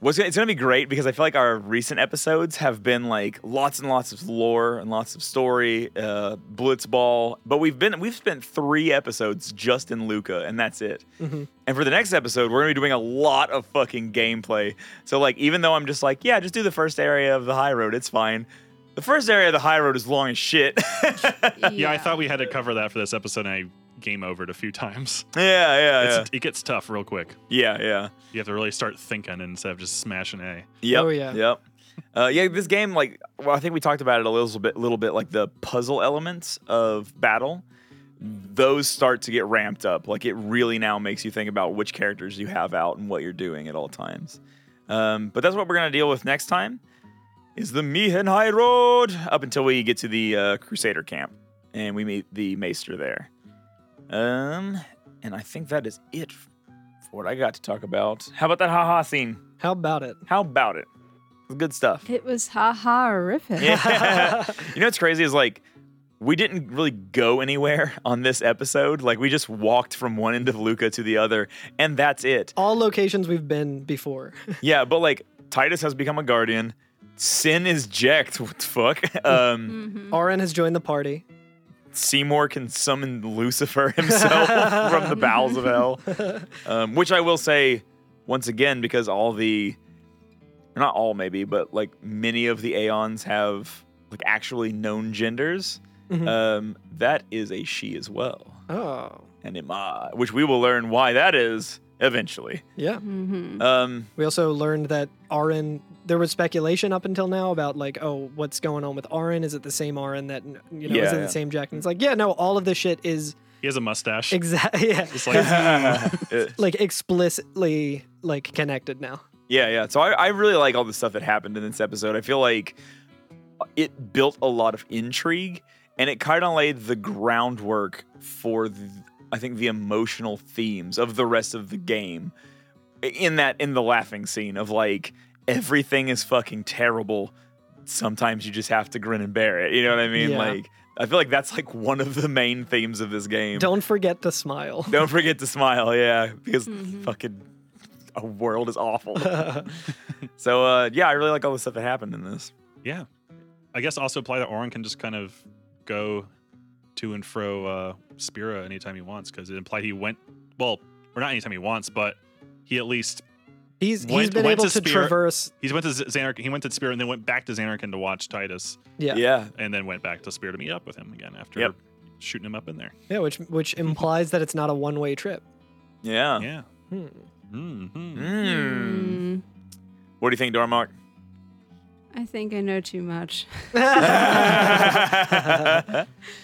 S3: What's gonna, it's going to be great because I feel like our recent episodes have been like lots and lots of lore and lots of story, uh, blitzball. But we've been we've spent three episodes just in Luca, and that's it. And for the next episode, we're gonna be doing a lot of fucking gameplay. So like, even though I'm just like, yeah, just do the first area of the high road, it's fine. The first area of the high road is long as shit. yeah,
S6: Yeah,
S5: yeah, I thought we had to cover that for this episode, and I game overed a few times.
S3: yeah, yeah,
S5: It's, It gets tough real quick.
S3: yeah, yeah.
S5: You have to really start thinking instead of just smashing A.
S3: Yep.
S4: Oh, yeah.
S3: Yep. Uh, yeah, this game, like, well, I think we talked about it a little bit, little bit, like the puzzle elements of battle. Those start to get ramped up. Like, it really now makes you think about which characters you have out and what you're doing at all times. Um, but that's what we're gonna deal with next time. Is the Meehan High Road up until we get to the uh, Crusader camp and we meet the Maester there. Um, and I think that is it for what I got to talk about. How about that haha scene?
S4: How about it?
S3: How about it? It's good stuff.
S6: It was ha ha horrific.
S3: Yeah. you know what's crazy is like we didn't really go anywhere on this episode. Like we just walked from one end of Luca to the other, and that's it.
S4: All locations we've been before.
S3: Yeah, but like Titus has become a guardian. Sin is jacked. What the fuck? Um,
S4: Auron has joined the party.
S3: Seymour can summon Lucifer himself from the bowels of hell. Um, which I will say once again, because all the, not all maybe, but like many of the Aeons have like actually known genders.
S4: Hmm. Uh,
S3: Um, that is a she as well,
S4: Oh,
S3: and Ima, which we will learn why that is eventually.
S4: yeah.
S6: Mm-hmm.
S3: Um,
S4: We also learned that Auron. There was speculation up until now about like, oh, what's going on with Auron? Is it the same Auron that you know? is
S3: Yeah,
S4: it
S3: yeah.
S4: the same Jack? And it's like, yeah, no. All of this shit is
S5: He has a mustache.
S4: exactly yeah,
S5: It's like,
S3: it-
S4: like explicitly like connected now.
S3: Yeah, yeah. So I, I really like all the stuff that happened in this episode. I feel like it built a lot of intrigue and it kind of laid the groundwork for, the, I think, the emotional themes of the rest of the game. In that, in the laughing scene of like, everything is fucking terrible. Sometimes you just have to grin and bear it. You know what I mean?
S4: Yeah.
S3: Like, I feel like that's like one of the main themes of this game.
S4: Don't forget to smile.
S3: Don't forget to smile, yeah, because
S6: Mm-hmm.
S3: fucking a world is awful. so uh, yeah, I really like all the stuff that happened in this.
S5: yeah. I guess also apply that Orin can just kind of go to and fro uh, Spira anytime he wants because it implied he went, well, or not anytime he wants, but he at least
S4: He's he's
S5: Went-
S4: been
S5: went
S4: able
S5: to
S4: to,
S5: Spirit-
S4: traverse.
S5: he's went to Z- Xanarkin, he went to Spira and then went back to Xanarkin to watch Titus
S4: Yeah. yeah,
S3: Yeah,
S5: and then went back to Spira to meet up with him again after
S3: Yep.
S5: shooting him up in there.
S4: which which implies that it's not a one way trip.
S3: yeah.
S5: Yeah.
S4: Hmm.
S5: Mm-hmm.
S3: Mm.
S6: Hmm,
S3: What do you think, Dormark?
S6: I think I know too much.
S4: Well,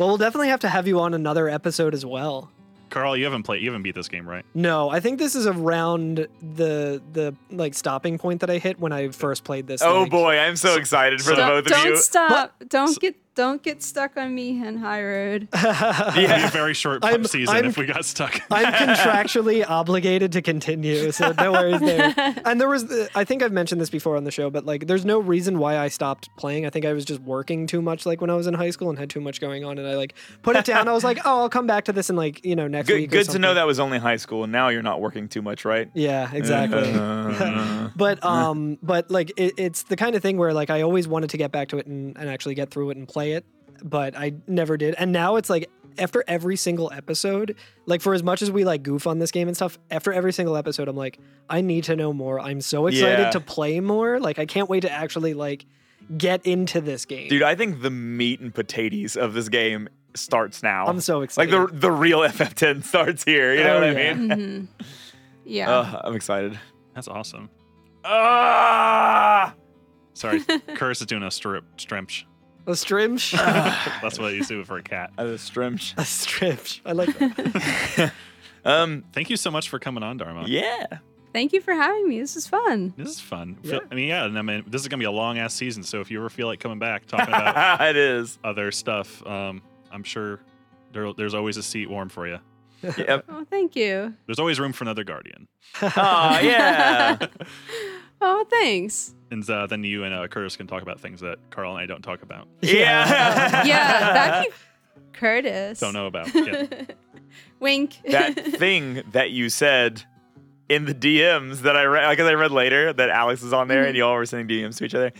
S4: we'll definitely have to have you on another episode as well.
S5: Carl, you haven't played, you haven't beat this game, right?
S4: No, I think this is around the the like stopping point that I hit when I first played this.
S3: oh
S4: like-
S3: boy, I'm so excited for the
S6: don't
S3: both of
S6: don't
S3: you.
S6: stop. Don't get don't get stuck on me and High Road.
S5: It'd be a very short
S4: I'm-
S5: season
S4: I'm-
S5: if we got stuck.
S4: I'm contractually obligated to continue, so no worries there. And there was, the, I think I've mentioned this before on the show, but like, there's no reason why I stopped playing. I think I was just working too much, like when I was in high school and had too much going on, and I like put it down. I was like, oh, I'll come back to this in like you know next
S3: Good,
S4: week. or
S3: good to know
S4: something."
S3: that was only high school, and now you're not working too much, right?
S4: Yeah, exactly.
S3: Uh,
S4: but um but like it, it's the kind of thing where like i always wanted to get back to it and, and actually get through it and play it but i never did and now it's like after every single episode like for as much as we like goof on this game and stuff after every single episode i'm like i need to know more i'm so excited
S3: Yeah.
S4: to play more like i can't wait to actually like get into this game
S3: dude, I think the meat and potatoes of this game starts now.
S4: I'm so
S3: like
S4: excited.
S3: the the real FF10 starts here. You know
S4: Oh,
S3: what I
S4: yeah.
S3: mean?
S6: Mhm. Yeah.
S3: Ugh, I'm excited.
S5: That's awesome.
S3: Ah!
S5: Sorry, Curse is doing a strip strimch.
S4: a strimsh.
S5: That's what I used to do for a cat.
S3: I was strimsh.
S4: a strimsh. I like that.
S3: Um,
S5: Thank you so much for coming on, Dharma.
S3: yeah.
S6: Thank you for having me. This is fun.
S5: This is fun.
S4: Yeah.
S5: I mean, yeah, and I mean, this is gonna be a long ass season. So if you ever feel like coming back, talking about
S3: it is.
S5: other stuff, um, I'm sure there, there's always a seat warm for you.
S3: Yep.
S6: Oh, thank you.
S5: There's always room for another guardian.
S3: Aw, Ah, yeah.
S6: Oh, thanks.
S5: And uh, then you and uh, Curtis can talk about things that Carl and I don't talk about,
S3: yeah.
S6: Yeah, that'd be Curtis.
S5: don't know about. Yeah.
S6: Wink.
S3: that thing that you said in the DMs that I read, because I read later that Alex was on there and y'all were sending DMs to each other.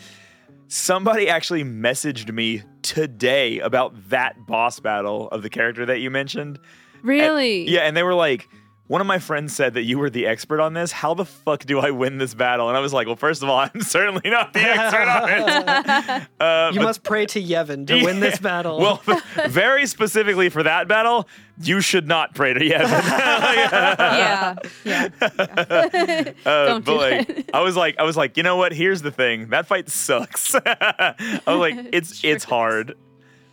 S3: Somebody actually messaged me today about that boss battle of the character that you mentioned. And-
S6: really?
S3: yeah, and they were like, one of my friends said that you were the expert on this. How the fuck do I win this battle? And I was like, well, first of all, I'm certainly not the expert on it. Uh,
S4: You
S3: but-
S4: must pray to Yevon to win this battle.
S3: well, very specifically for that battle, you should not pray to Yevon.
S6: yeah. Yeah.
S3: Uh,
S6: Don't
S3: but
S6: do
S3: like,
S6: that.
S3: I was like, I was like, you know what? Here's the thing. That fight sucks. I was like, it's
S6: Sure
S3: it's
S6: does.
S3: hard,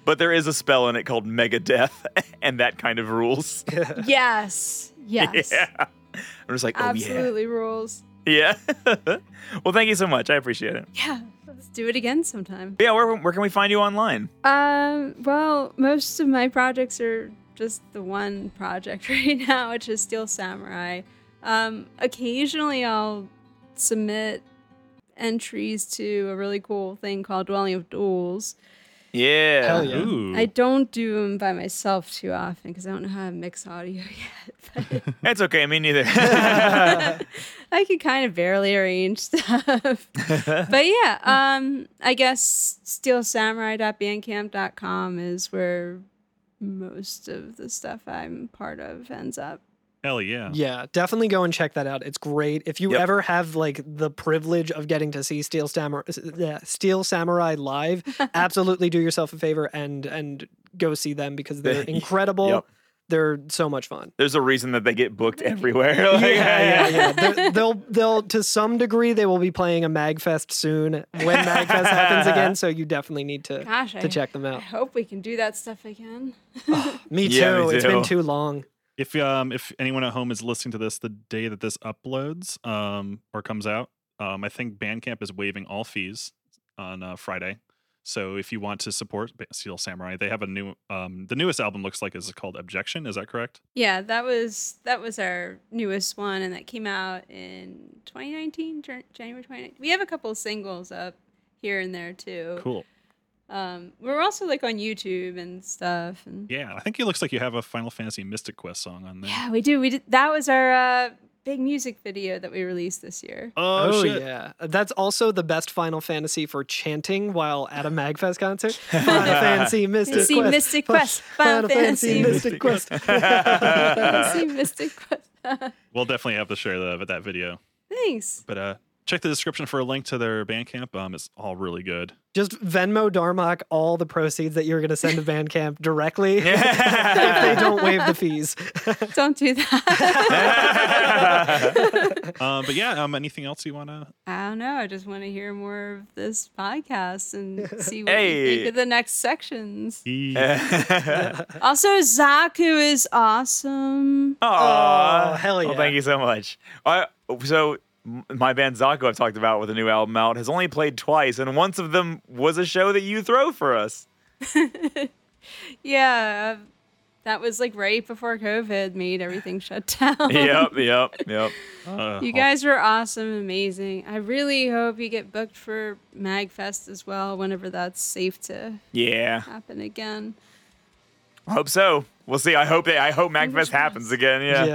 S3: but there is a spell in it called Mega Death, and that kind of rules.
S6: Yes. Yes.
S3: Yeah. Oh, I'm just like, oh
S6: Absolutely rules.
S3: yeah, yeah. well, thank you so much. I appreciate it.
S6: Yeah. Let's do it again sometime.
S3: But yeah, where where can we find you online?
S6: Um, well, most of my projects are just the one project right now, which is Steel Samurai. Um, occasionally I'll submit entries to a really cool thing called Dwelling of Duels.
S3: Yeah.
S4: Hell yeah.
S5: Ooh,
S6: I don't do them by myself too often because I don't know how to mix audio yet. But
S3: That's okay. Me neither.
S6: I can kind of barely arrange stuff. but yeah, um, I guess steelsamurai.bandcamp.com is where most of the stuff I'm part of ends up.
S5: hell yeah.
S4: Yeah, definitely go and check that out. It's great. If you
S3: Yep.
S4: ever have like the privilege of getting to see Steel Samurai, yeah, Steel Samurai live, absolutely do yourself a favor and and go see them because they're
S3: They-
S4: incredible.
S3: yep.
S4: They're so much fun.
S3: There's a reason that they get booked everywhere. Like,
S4: yeah, yeah, yeah. They're- They'll they'll to some degree they will be playing a Magfest soon when Magfest happens again. So you definitely need to
S6: Gosh,
S4: to
S6: I-
S4: check them
S6: I
S4: out.
S6: hope we can do that stuff again.
S4: Me too.
S3: Yeah, me
S4: It's been
S3: too.
S4: too long.
S5: If um if anyone at home is listening to this the day that this uploads um or comes out, um I think Bandcamp is waiving all fees on uh, Friday. So if you want to support Ba- Steel Samurai, they have a new um the newest album looks like is called Objection. Is that correct?
S6: Yeah, that was that was our newest one, and that came out in 2019, Jan- January 2019. We have a couple of singles up here and there too.
S5: Cool.
S6: Um, we're also like on YouTube and stuff. And
S5: Yeah, I think it looks like you have a Final Fantasy Mystic Quest song on there.
S6: yeah, we do. We did. That was our uh, big music video that we released this year.
S5: Oh, shit.
S4: yeah, that's also the best Final Fantasy for chanting while at a Magfest concert. Final Fantasy Mystic
S6: Fantasy
S4: Quest.
S6: Mystic
S4: Fi-
S6: Quest. Final Fantasy
S4: Mystic Quest.
S6: Fantasy Mystic Quest.
S5: We'll definitely have to share that that video.
S6: Thanks.
S5: But uh check the description for a link to their Bandcamp. Um it's all really good.
S4: Just Venmo Darmok all the proceeds that you're going to send to Bandcamp directly if they don't waive the fees.
S6: Don't do that.
S5: Um but yeah, um anything else you want to
S6: I don't know. I just want to hear more of this podcast and see what you
S3: Hey.
S6: think of the next sections.
S3: yeah.
S6: Also, Zaku is awesome.
S3: Aw.
S4: Oh, hell
S3: Well,
S4: yeah.
S3: Uh, thank you so much. I, so, m- my band Zako, I've talked about with a new album out, has only played twice, and once of them was a show that you throw for us.
S6: Yeah, that was like right before COVID made everything shut down.
S3: yep, yep, yep.
S5: uh,
S6: You guys were awesome, amazing. I really hope you get booked for MagFest as well, whenever that's safe to
S3: Yeah,
S6: happen again.
S3: hope so. We'll see. I hope it, I hope Magfest happens again. Yeah.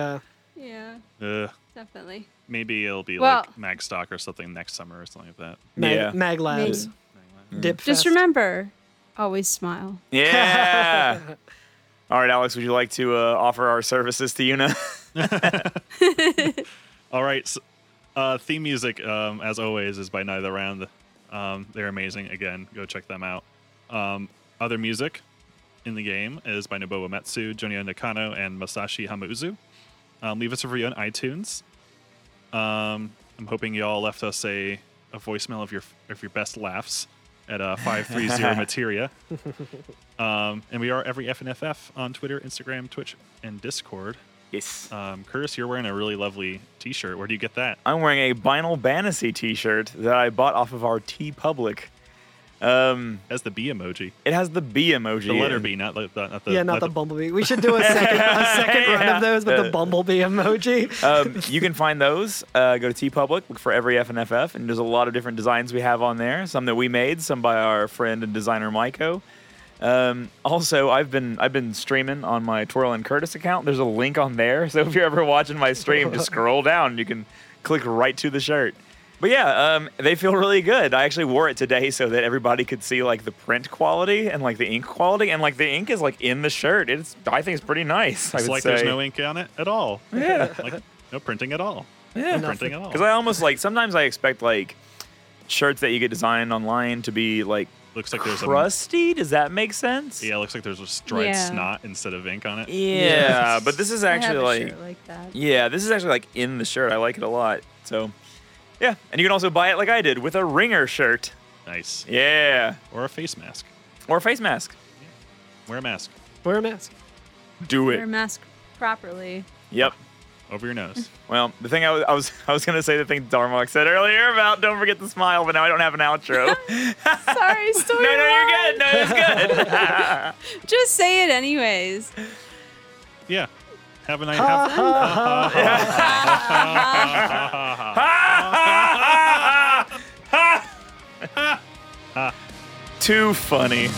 S4: Yeah.
S6: Yeah,
S5: uh,
S6: definitely.
S5: Maybe it'll be
S6: Well-
S5: like Magstock or something next summer or something like that.
S4: Mag,
S3: Yeah. Mm.
S4: Mag Labs.
S6: Maybe.
S4: Dip
S6: Just
S4: Fest.
S6: remember, always smile.
S3: Yeah. All right, Alex, would you like to uh, offer our services to Una?
S5: All right. So, uh, theme music, um, as always, is by Neither Round. Um, they're amazing. Again, go check them out. Um, other music in the game is by Nobuo Matsu, Junya Nakano, and Masashi Hamauzu. Um, leave us a review on iTunes. Um, I'm hoping y'all left us a, a voicemail of your of your best laughs at uh, 530 Materia. Um, and we are every FNFF on Twitter, Instagram, Twitch, and Discord.
S3: Yes.
S5: Um, Curtis, you're wearing a really lovely T-shirt. Where do you get that?
S3: I'm wearing a Vinyl Fantasy T-shirt that I bought off of our T Public. Um,
S5: That's the B emoji,
S3: it has the B emoji.
S5: the letter
S3: in.
S5: B, not, the- not the
S4: Yeah, not the
S5: not
S4: bumblebee. We should do a second a second run
S3: Yeah.
S4: of those with the
S3: Uh,
S4: bumblebee emoji.
S3: um, you can find those. Uh, go to T Public, look for every FNFF, and there's a lot of different designs we have on there. Some that we made, some by our friend and designer Myco. Um, also, I've been I've been streaming on my Twirl and Curtis account. There's a link on there, so if you're ever watching my stream, just scroll down. You can click right to the shirt. But yeah, um, they feel really good. I actually wore it today so that everybody could see like the print quality and like the ink quality, and like the ink is like in the shirt. It's I think it's pretty nice. I
S5: It's
S3: would
S5: like there's
S3: say.
S5: no ink on it at all. Yeah, like no printing at all. Yeah, no printing at all.
S3: Because I almost like sometimes I expect like shirts that you get designed online to be like
S5: looks like there's
S3: crusty. Does that make sense?
S5: a yeah, it looks like there's just dried
S6: Yeah.
S5: snot instead of ink on it.
S3: Yeah, but this is
S6: I have
S3: actually
S6: a
S3: like
S6: shirt like that.
S3: yeah, this is actually like in the shirt. I like it a lot. So yeah, and you can also buy it like I did with a ringer shirt.
S5: Nice.
S3: Yeah,
S5: Or a face mask.
S3: or a face mask.
S5: Wear a mask
S4: Wear a mask.
S3: Do
S6: Wear a
S3: it.
S6: mask properly.
S3: Yep.
S5: over your nose.
S3: Well, the thing I was I was, I was gonna say the thing Darmok said earlier about don't forget to smile, but now I don't have an outro.
S6: Sorry,
S3: no,
S6: story.
S3: no, you're good. No, it's good.
S6: Just say it anyways.
S5: yeah. Have a night. Have,
S3: Too funny.